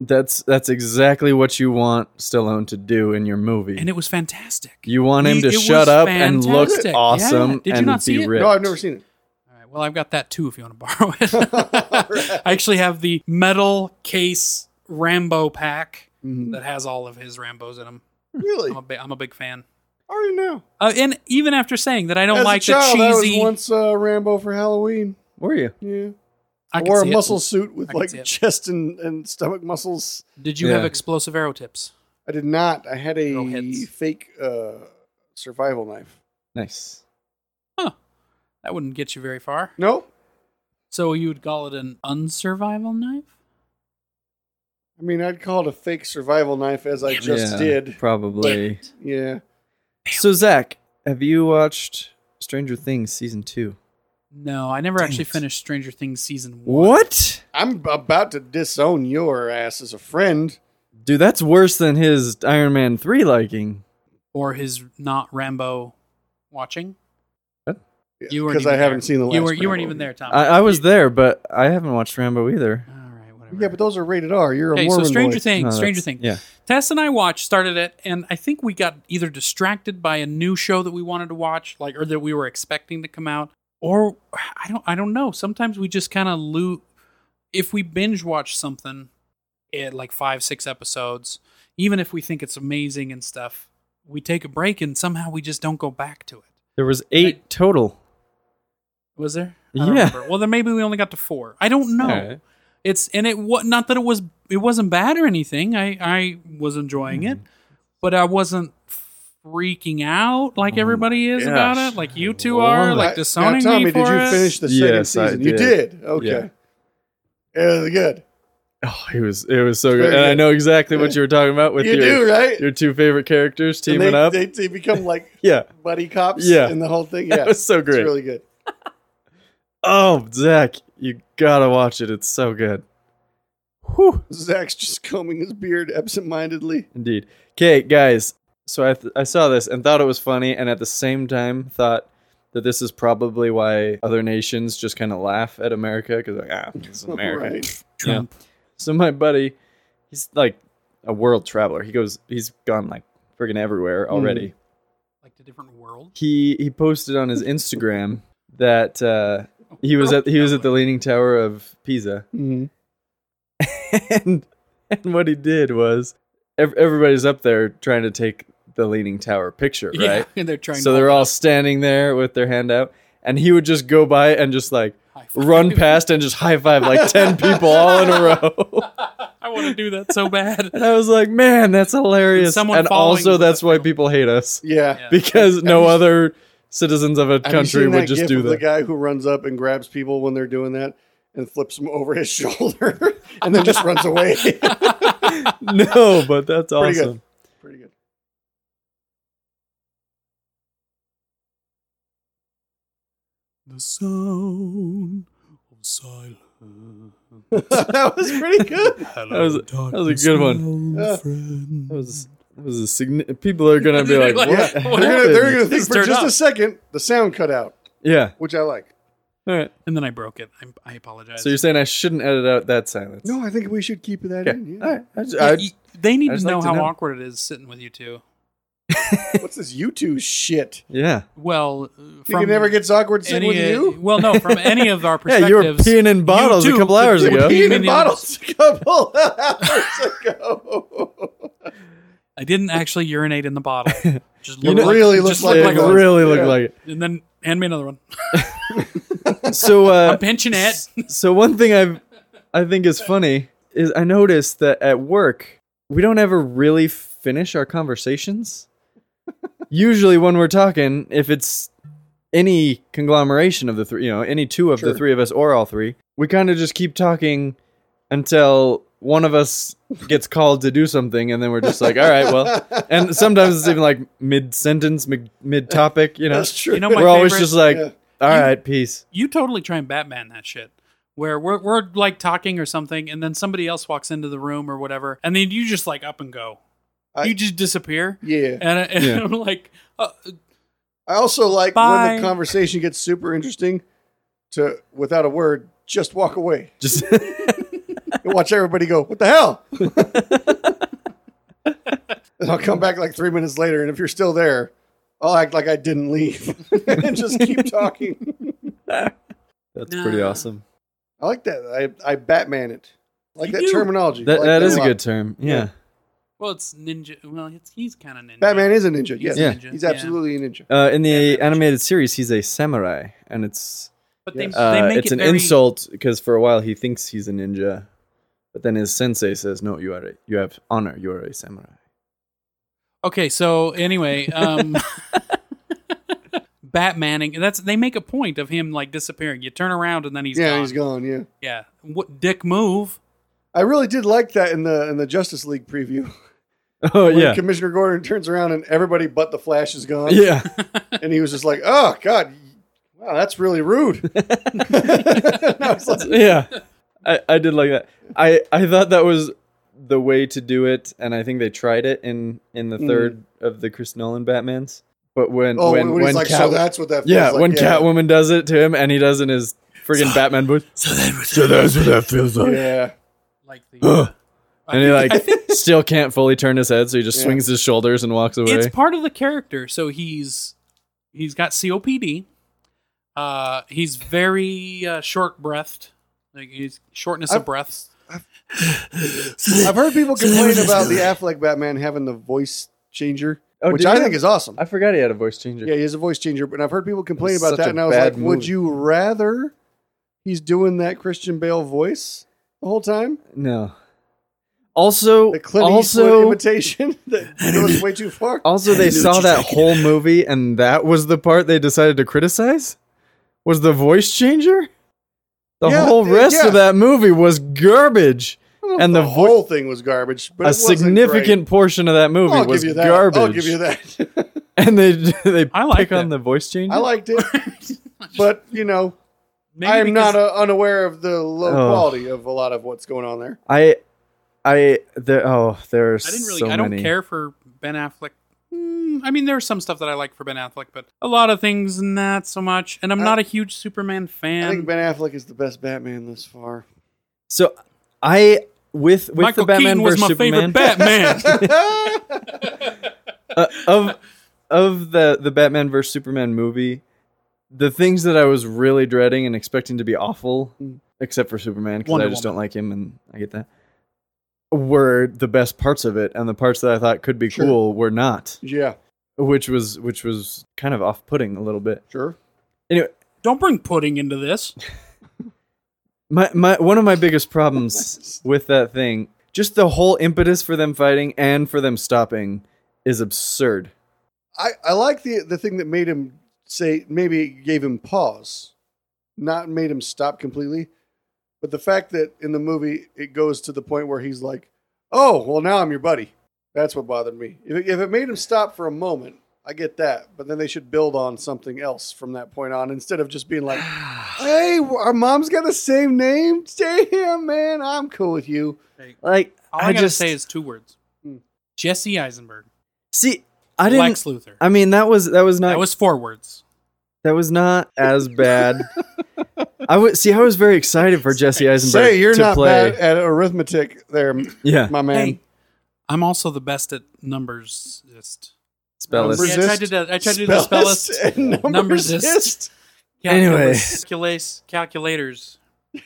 C: That's that's exactly what you want Stallone to do in your movie.
D: And it was fantastic.
C: you want him
D: He-
C: to
D: it
C: shut
D: was
C: up and look
D: fantastic. Yeah.
C: awesome
D: Did you
C: and
D: not see
C: be
D: it?
C: ripped.
B: No, I've never seen it.
D: All right. Well, I've got that too if you want to borrow it. I actually have the metal case Rambo pack that has all of his Rambos in them.
B: Really?
D: I'm a, bi- I'm a big fan.
B: I already know.
D: Uh, and even after saying that I don't
B: As
D: like
B: a child,
D: the
B: I
D: cheesy
B: was once uh, Rambo for Halloween.
C: Were you?
B: Yeah.
D: I
B: I,
D: can
B: wore a
D: see it.
B: muscle suit with
D: I can see
B: like
D: it.
B: chest and, and stomach muscles.
D: Did you
C: Yeah.
D: have explosive arrow tips?
B: I did not. I had
D: No
B: a
D: hits.
B: fake uh, survival knife.
C: Nice.
D: That wouldn't get you very far.
B: Nope.
D: So you would call it an unsurvival knife?
B: I mean, I'd call it a fake survival knife as I just
C: Yeah,
B: did.
C: Probably.
B: Yeah.
C: So Zach, have you watched Stranger Things season two?
D: No, I never
C: Dang
D: actually
C: it.
D: finished Stranger Things season one.
C: What?
B: I'm about to disown your ass as a friend.
C: Dude, that's worse than his Iron Man three liking.
D: Or his not Rambo watching? You weren't
B: Because I
D: even
B: haven't
D: there.
B: seen the last
D: You, were, you weren't
B: Rambo
D: even there, Tom.
C: I, I was
D: You-
C: there, but I haven't watched Rambo either.
D: All right, whatever.
B: Yeah, but those are rated R. You're a
D: okay, so
B: Mormon
D: Stranger
B: boy.
D: Things,
C: No,
D: Stranger
C: that's-
D: Things.
C: Yeah.
D: Tess and I watched, started it, and I think we got either distracted by a new show that we wanted to watch, like, or that we were expecting to come out, or I don't, I don't know. Sometimes we just kind of lose. If we binge watch something, at like five, six episodes, even if we think it's amazing and stuff, we take a break and somehow we just don't go back to it.
C: There was eight total.
D: Was there? I don't
C: Yeah.
D: Remember. Well, then maybe we only got to four. I don't know.
C: All right.
D: It's and it what not that it was it wasn't bad or anything. I I was enjoying it,
C: Mm-hmm.
D: but I wasn't freaking out like everybody is about
C: Oh gosh.
D: it, like you two
C: Lord.
D: are, like
B: I-
D: disowning
B: now, Tommy,
D: me for
B: did you
D: it.
B: finish the second
C: Yes, I
B: season? You
C: did.
B: did. Okay. It was good.
C: Oh, it was it was so good.
B: very
C: And I
B: good.
C: know exactly what
B: Yeah.
C: you were talking about with
B: you
C: your
B: do, right?
C: your two favorite characters
B: And
C: teaming
B: they,
C: up.
B: They, they become like
C: yeah,
B: buddy cops
C: Yeah.
B: and the whole thing.
C: that
B: Yeah.
C: was so
B: it's
C: great.
B: really good.
C: oh, Zach, you gotta watch it. It's so good. Whew.
B: Zach's just combing his beard absentmindedly.
C: Indeed. Okay, guys. So I th- I saw this and thought it was funny, and at the same time thought that this is probably why other nations just kind of laugh at America because like ah, it's America.
B: Right.
D: Trump.
C: So my buddy, he's like a world traveler. He goes, he's gone like friggin' everywhere already.
D: Like the different world.
C: He he posted on his Instagram that uh, he was at he was at the Leaning Tower of Pisa,
B: Mhm.
C: and and what he did was ev- everybody's up there trying to take the Leaning Tower picture,
D: Yeah,
C: right?
D: and they're trying.
C: So
D: to
C: they're all standing there with their hand out, and he would just go by and just like run past and just high five like ten people all in a row.
D: I want to do that so bad.
C: And I was like, man, that's hilarious.
D: Someone
C: and
D: following
C: also,
D: with
C: that's
D: a
C: why
D: film.
C: people hate us
B: Yeah.
D: Yeah.
C: because no
B: you-
C: other citizens of a
B: Have you
C: country
B: seen
C: would
B: that
C: just
B: gif
C: do
B: of The
C: that.
B: guy who runs up and grabs people when they're doing that and flips them over his shoulder and then just runs away.
C: no, but that's
B: Pretty good.
C: awesome.
B: Pretty good.
D: The sound of silence.
B: that was pretty good.
C: That was
D: Oh,
C: that was a good one.
B: Uh,
C: That was that was a signi- people are gonna be like,
D: Like,
B: yeah.
C: what?
D: What
B: they're gonna,
D: happened?
B: they're gonna think
D: Things
B: for
D: turned
B: just a
D: up.
B: second the sound cut out,
C: yeah.
B: which I like.
C: All right.
D: And then I broke it. I'm, I apologize.
C: So you're saying I shouldn't edit out that silence?
B: No, I think we should keep that
C: Okay.
B: in. Yeah.
C: All right. I just,
D: Yeah,
C: I,
D: you- they need
C: I
D: to
C: just
D: know
C: like to
D: how
C: know.
D: awkward it is sitting with you two.
B: What's this YouTube shit?
C: yeah.
D: Well, uh,
B: Think
D: from
B: it never gets awkward sitting
D: any,
B: with
D: uh,
B: you?
D: well, no, from any of our
C: Yeah, you were
D: perspectives.
C: peeing in bottles a
D: too
C: couple hours
D: could
C: ago.
D: pee.
B: Peeing in
D: Minions.
B: bottles a couple hours ago.
D: I didn't actually urinate in the bottle. Just
B: You
D: looked
B: know-
D: like,
B: really
D: just
B: looked like
D: looked like,
C: it
B: a-
D: one.
C: really looked
B: Yeah.
C: like it.
D: And then hand me another one.
C: So uh,
D: I'm pinching it.
C: so one thing I've I think is funny is I noticed that at work we don't ever really finish our conversations. Usually, when we're talking, if it's any conglomeration of the three, you know, any two of
B: Sure.
C: the three of us or all three, we kind of just keep talking until one of us gets called to do something, and then we're just like, all right, well. And sometimes it's even like mid sentence, mid topic, you know.
B: that's true.
D: You know
C: We're
D: my
C: always
D: favorite-
C: just like,
B: Yeah.
C: all
D: You-
C: right, peace.
D: you totally try and Batman that shit. Where we're, we're like talking or something, and then somebody else walks into the room or whatever, and then you just like up and go.
B: I-
D: you just disappear.
B: yeah.
D: And, I, and
C: Yeah.
D: I'm like, uh,
B: I also like when
D: Bye.
B: the conversation gets super interesting to without a word, just walk away
C: Just
B: and watch everybody go, What the hell? and I'll come back like three minutes later, and if you're still there, I'll act like I didn't leave and just keep talking.
C: that's pretty
D: Nah.
C: awesome.
B: I like that. I, I Batman it. I like
D: You
B: that
D: do.
B: terminology. I
C: That,
B: like
C: that is a
B: lot.
C: good term. Yeah.
D: well, it's ninja. Well, it's, he's kind of ninja.
B: Batman is a ninja. Yes.
D: a
C: Yeah.
D: ninja,
B: He's absolutely a ninja.
C: Uh, in the
D: Yeah.
C: animated series, he's a samurai, and it's
D: But they,
B: Yes.
D: they
C: uh,
D: make
C: it's
D: it
C: an
D: very,
C: insult because for a while he thinks he's a ninja, but then his sensei says, "No, you are a, you have honor. You are a samurai."
D: Okay, so anyway, um, Batmaning. That's they make a point of him like disappearing. You turn around and then he's
B: yeah,
D: gone.
B: he's gone. Yeah.
D: Yeah, what dick move?
B: I really did like that in the in the Justice League preview.
C: Oh
B: When
C: yeah,
B: Commissioner Gordon turns around and everybody but the Flash is gone.
C: yeah.
B: and he was just like, "Oh God, wow, that's really rude." And I was like,
C: yeah I, I did like that i i thought that was the way to do it and i think they tried it in in the
B: Mm.
C: third of the chris nolan batmans but when
B: oh,
C: when when
B: he's like,
C: cat
B: "So that's what that." Feels
C: yeah
B: like.
C: when catwoman does it to him and he does in his freaking batman voice
A: So that's what that feels like.
B: Yeah,
D: Like the. uh, I
C: and he
D: think-
C: like still can't fully turn his head so he just
B: Yeah.
C: swings his shoulders and walks away
D: it's part of the character. So he's he's got COPD. Uh, he's very uh, short breathed. Like he's shortness
B: I've-
D: of breath.
B: I've heard people complain about the Affleck Batman having the voice changer,
C: Oh,
B: which
C: did
B: I
C: he?
B: think is awesome.
C: i forgot he had a voice changer
B: Yeah, he is a voice changer, but I've heard people complain
C: It's
B: about
C: such
B: that,
C: a
B: and I was
C: bad
B: like, "Would
C: movie.
B: you rather he's doing that Christian Bale voice?" The whole time,
C: no also
B: the Clint Eastwood
C: also
B: imitation that goes way too far.
C: Also, they saw that whole movie, and that was the part they decided to criticize. Was the voice changer? The
B: Yeah,
C: whole
B: yeah,
C: rest
B: yeah.
C: of that movie was garbage. And
B: the,
C: the vo-
B: whole thing was garbage, but it
C: a
B: wasn't great.
C: significant portion of that movie
B: I'll
C: was
B: give you that.
C: garbage.
B: I'll give you that.
C: And they they
D: I liked
C: pick on
D: it.
C: the voice changer.
B: I liked it, but you know,
D: Maybe
B: I'm
D: because-
B: not uh, unaware of the low
C: Oh.
B: quality of a lot of what's going on there.
C: I I there oh there are
D: I didn't really.
C: so
D: I don't
C: many.
D: care for Ben Affleck. Mm, I mean, there's some stuff that I like for Ben Affleck, but a lot of things not so much. And I'm
B: I-
D: not a huge Superman
B: I think
D: fan.
B: Ben Affleck is the best Batman thus far.
C: So I with with
D: Michael
C: the Batman
D: Keaton was
C: versus
D: my
C: Superman
D: favorite Batman.
C: uh, of of the the Batman vs Superman movie, the things that I was really dreading and expecting to be awful,
B: Mm.
C: except for Superman because I
D: Wonder
C: just
D: Woman.
C: don't like him, and I get that. Were the best parts of it, and the parts that I thought could be
B: Sure.
C: cool were not,
B: yeah,
C: which was which was kind of off putting a little bit.
B: sure.
C: Anyway,
D: don't bring pudding into this.
C: my, my one of my biggest problems with that thing, just the whole impetus for them fighting and for them stopping, is absurd.
B: I, I like the the thing that made him say maybe it gave him pause, not made him stop completely, but the fact that in the movie it goes to the point where he's like, "Oh, well now I'm your buddy." That's what bothered me. If it, if it made him stop for a moment, I get that, but then they should build on something else from that point on instead of just being like, "Hey, our mom's got the same name. Damn, man, I'm cool with you."
C: Like
D: All I, gotta
C: just
D: say is two words:
B: Hmm.
D: Jesse Eisenberg,
C: see. I didn't.
D: Lex Luthor.
C: I mean, that was that was not
D: that was four words.
C: that was not as bad. I would see. I was very excited for Jesse Eisenberg
B: Say you're
C: to
B: not
C: play.
B: bad at arithmetic, there,
C: Yeah,
B: my man.
D: Hey, I'm also the best at numbers. Just
C: spell
B: Numbers-
C: list.
D: Yeah, I tried to do, I tried to do the spell
B: Spellist
D: list.
B: and
D: Numbersist.
B: numbersist.
C: Anyway.
D: Calculus- calculus- calculators.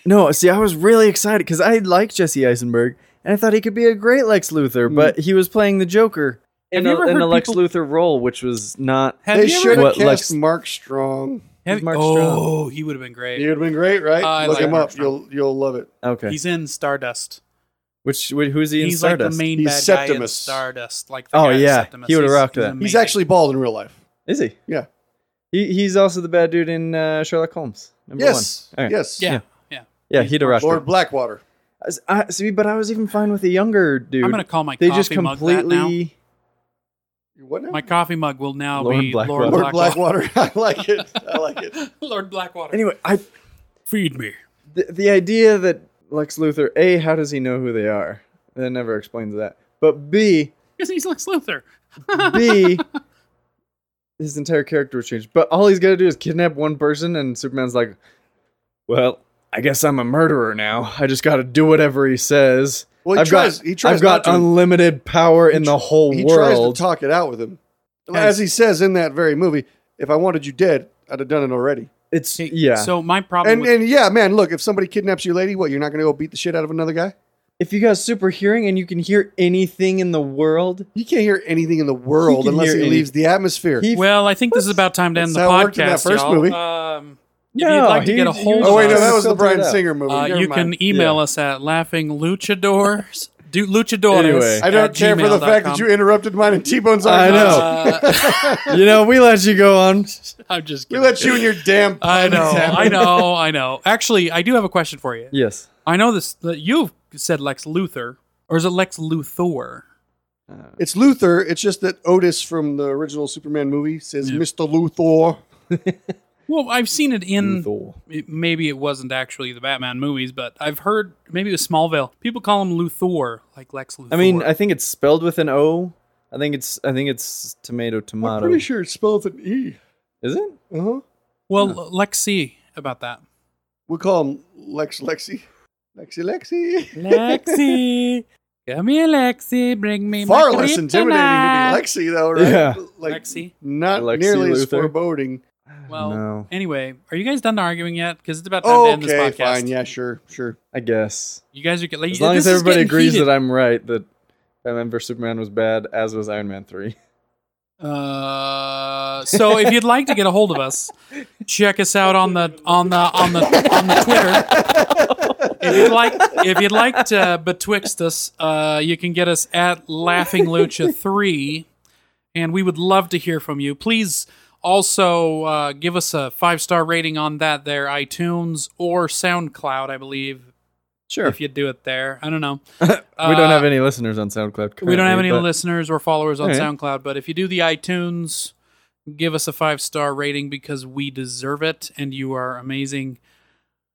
C: No, see, I was really excited because I like Jesse Eisenberg and I thought he could be a great Lex Luthor, but he was playing the Joker
D: Mm. Have
C: in
D: you
C: a,
D: ever
C: in
D: heard
C: a Lex
D: people-
C: Luthor role, which was not.
D: Have
B: They
D: you
B: should
D: ever?
B: have
C: What,
B: cast
C: Lex-
B: Mark Strong.
D: Have,
C: Mark
D: oh, he would have been great.
B: You'd have been great, right?
D: I
B: Look
D: like
B: him
D: Mark
B: up.
D: Strong.
B: You'll you'll love it.
C: Okay,
D: He's in Stardust.
C: Which wh- who's he in
D: He's like
C: Stardust?
D: the main
B: He's
D: bad guy in
B: Septimus.
D: Stardust. Like the
C: Oh,
D: guy in
C: yeah.
D: Septimus.
C: He would've
D: He's-
C: rocked that.
B: He's
D: amazing.
B: actually bald in real life.
C: Is he?
B: Yeah.
C: He he's also the bad dude in uh, Sherlock Holmes. Number
B: yes.
C: One. Okay.
B: Yes.
D: yeah.
C: Yeah.
D: yeah.
C: Yeah, he'd have
B: Lord Blackwater.
C: I, see, but I was even fine with the younger dude.
D: I'm gonna call my
C: they
D: coffee
C: just
D: mug that now.
C: completely.
B: What now?
D: My coffee mug will now
C: Lord
D: be
C: Blackwater.
B: Lord
D: Lord Blackwater.
B: Blackwater. I like it. I like it.
D: Lord Blackwater.
C: Anyway, I
D: Feed me.
C: the, the idea that Lex Luthor, a, how does he know who they are? That never explains that. But b,
D: Because he's Lex Luthor.
C: b, his entire character was changed. But all he's got to do is kidnap one person, and Superman's like, "Well, I guess I'm a murderer now. I just got to do whatever he says.
B: Well, he
C: I've
B: tries.
C: got,
B: he tries
C: I've got
B: not to.
C: unlimited power in the whole
B: he
C: world."
B: tries to talk it out with him, as he says in that very movie. If I wanted you dead, I'd have done it already.
C: it's yeah.
D: So my problem
B: And
D: with
B: and yeah, man, look, if somebody kidnaps your lady, what? You're not going to go beat the shit out of another guy?
C: if you got super hearing and you can hear anything in the world,
B: You can't hear anything in the world
C: can
B: unless
C: hear
B: he
C: any-
B: leaves the atmosphere.
C: he
D: Well, I think this is about time to end
B: That's
D: the
B: how it worked in that
D: podcast.
B: first
D: y'all.
B: movie.
D: Um,
C: no,
D: you'd like to
C: he-
D: get a
C: he
D: hold
C: was
D: of
B: oh wait, no,
D: us.
B: that was the
C: filtered
B: Brian
C: out.
B: Singer movie.
D: uh,
B: Never
D: you
B: mind.
D: can email us at laughingluchadors. Do luchadores.
C: Anyway.
B: I don't
D: at
B: care for the fact that you
D: gmail.com.
B: interrupted mine and T-Bone's.
C: I
B: argument.
C: know. you know, we let you go
D: Uh,
C: on.
D: I'm just
B: We
D: kidding.
B: let you and your damn.
D: I know,
B: puns happen.
D: I know, I know. Actually, I do have a question for you.
C: Yes.
D: I know this. That you've said Lex Luthor, or is it Lex Luthor?
B: It's Luthor. It's just that Otis from the original Superman movie says
D: Yeah.
B: Mr. Luthor.
D: Well, I've seen it in.
C: Luthor.
D: it- maybe it wasn't actually the Batman movies, but I've heard maybe it was Smallville. People call him Luthor, like Lex Luthor.
C: I mean, I think it's spelled with an O. I think it's I think it's tomato
B: I'm
C: tomato.
B: pretty sure it's spelled with an E.
C: Is it?
B: Uh huh.
D: well, Lexi about that.
B: We'll call him Lex Lexi. Lexi Lexi.
D: Lexi, come here, Lexi, bring me
B: Far
D: my
B: less intimidating
D: kryptonite.
B: to be Lexi, though, right?
C: Yeah.
B: Like,
D: Lexi.
B: Not
C: Lexi
B: nearly as
C: Luthor.
B: foreboding.
D: Well,
C: No.
D: anyway, are you guys done arguing yet? Because it's about time to end this
B: Okay,
D: podcast.
B: fine. Yeah, sure, sure.
C: I guess
D: You guys are get- like,
C: as long
D: this
C: as everybody agrees
D: heated.
C: that I'm right that Batman vs Superman was bad, as was Iron Man three.
D: Uh, so if you'd like to get a hold of us, check us out on the on the on the on the Twitter. If you'd like, if you'd like to betwixt us, uh, you can get us at Laughing Lucha Three, and we would love to hear from you. Please also uh, give us a five star rating on that there iTunes or SoundCloud, I believe.
C: Sure.
D: If you do it there, I don't know. Uh,
C: we don't have any listeners on SoundCloud.
D: We don't have any
C: currently, but
D: listeners or followers on
C: All right.
D: SoundCloud, but if you do the iTunes, give us a five star rating because we deserve it and you are amazing.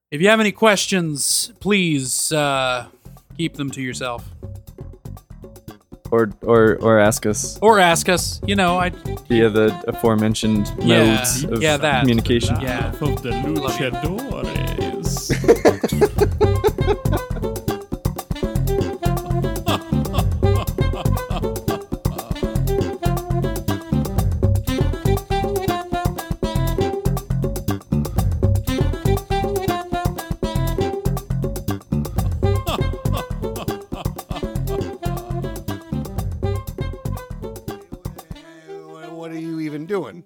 D: If you have any questions, please uh, keep them to yourself
C: Or or or ask us
D: or ask us. You know, I
C: via the aforementioned
D: Yeah.
C: modes of
D: Yeah, that.
C: communication.
D: yeah.
A: Half of the luchadores.
B: What are you even doing?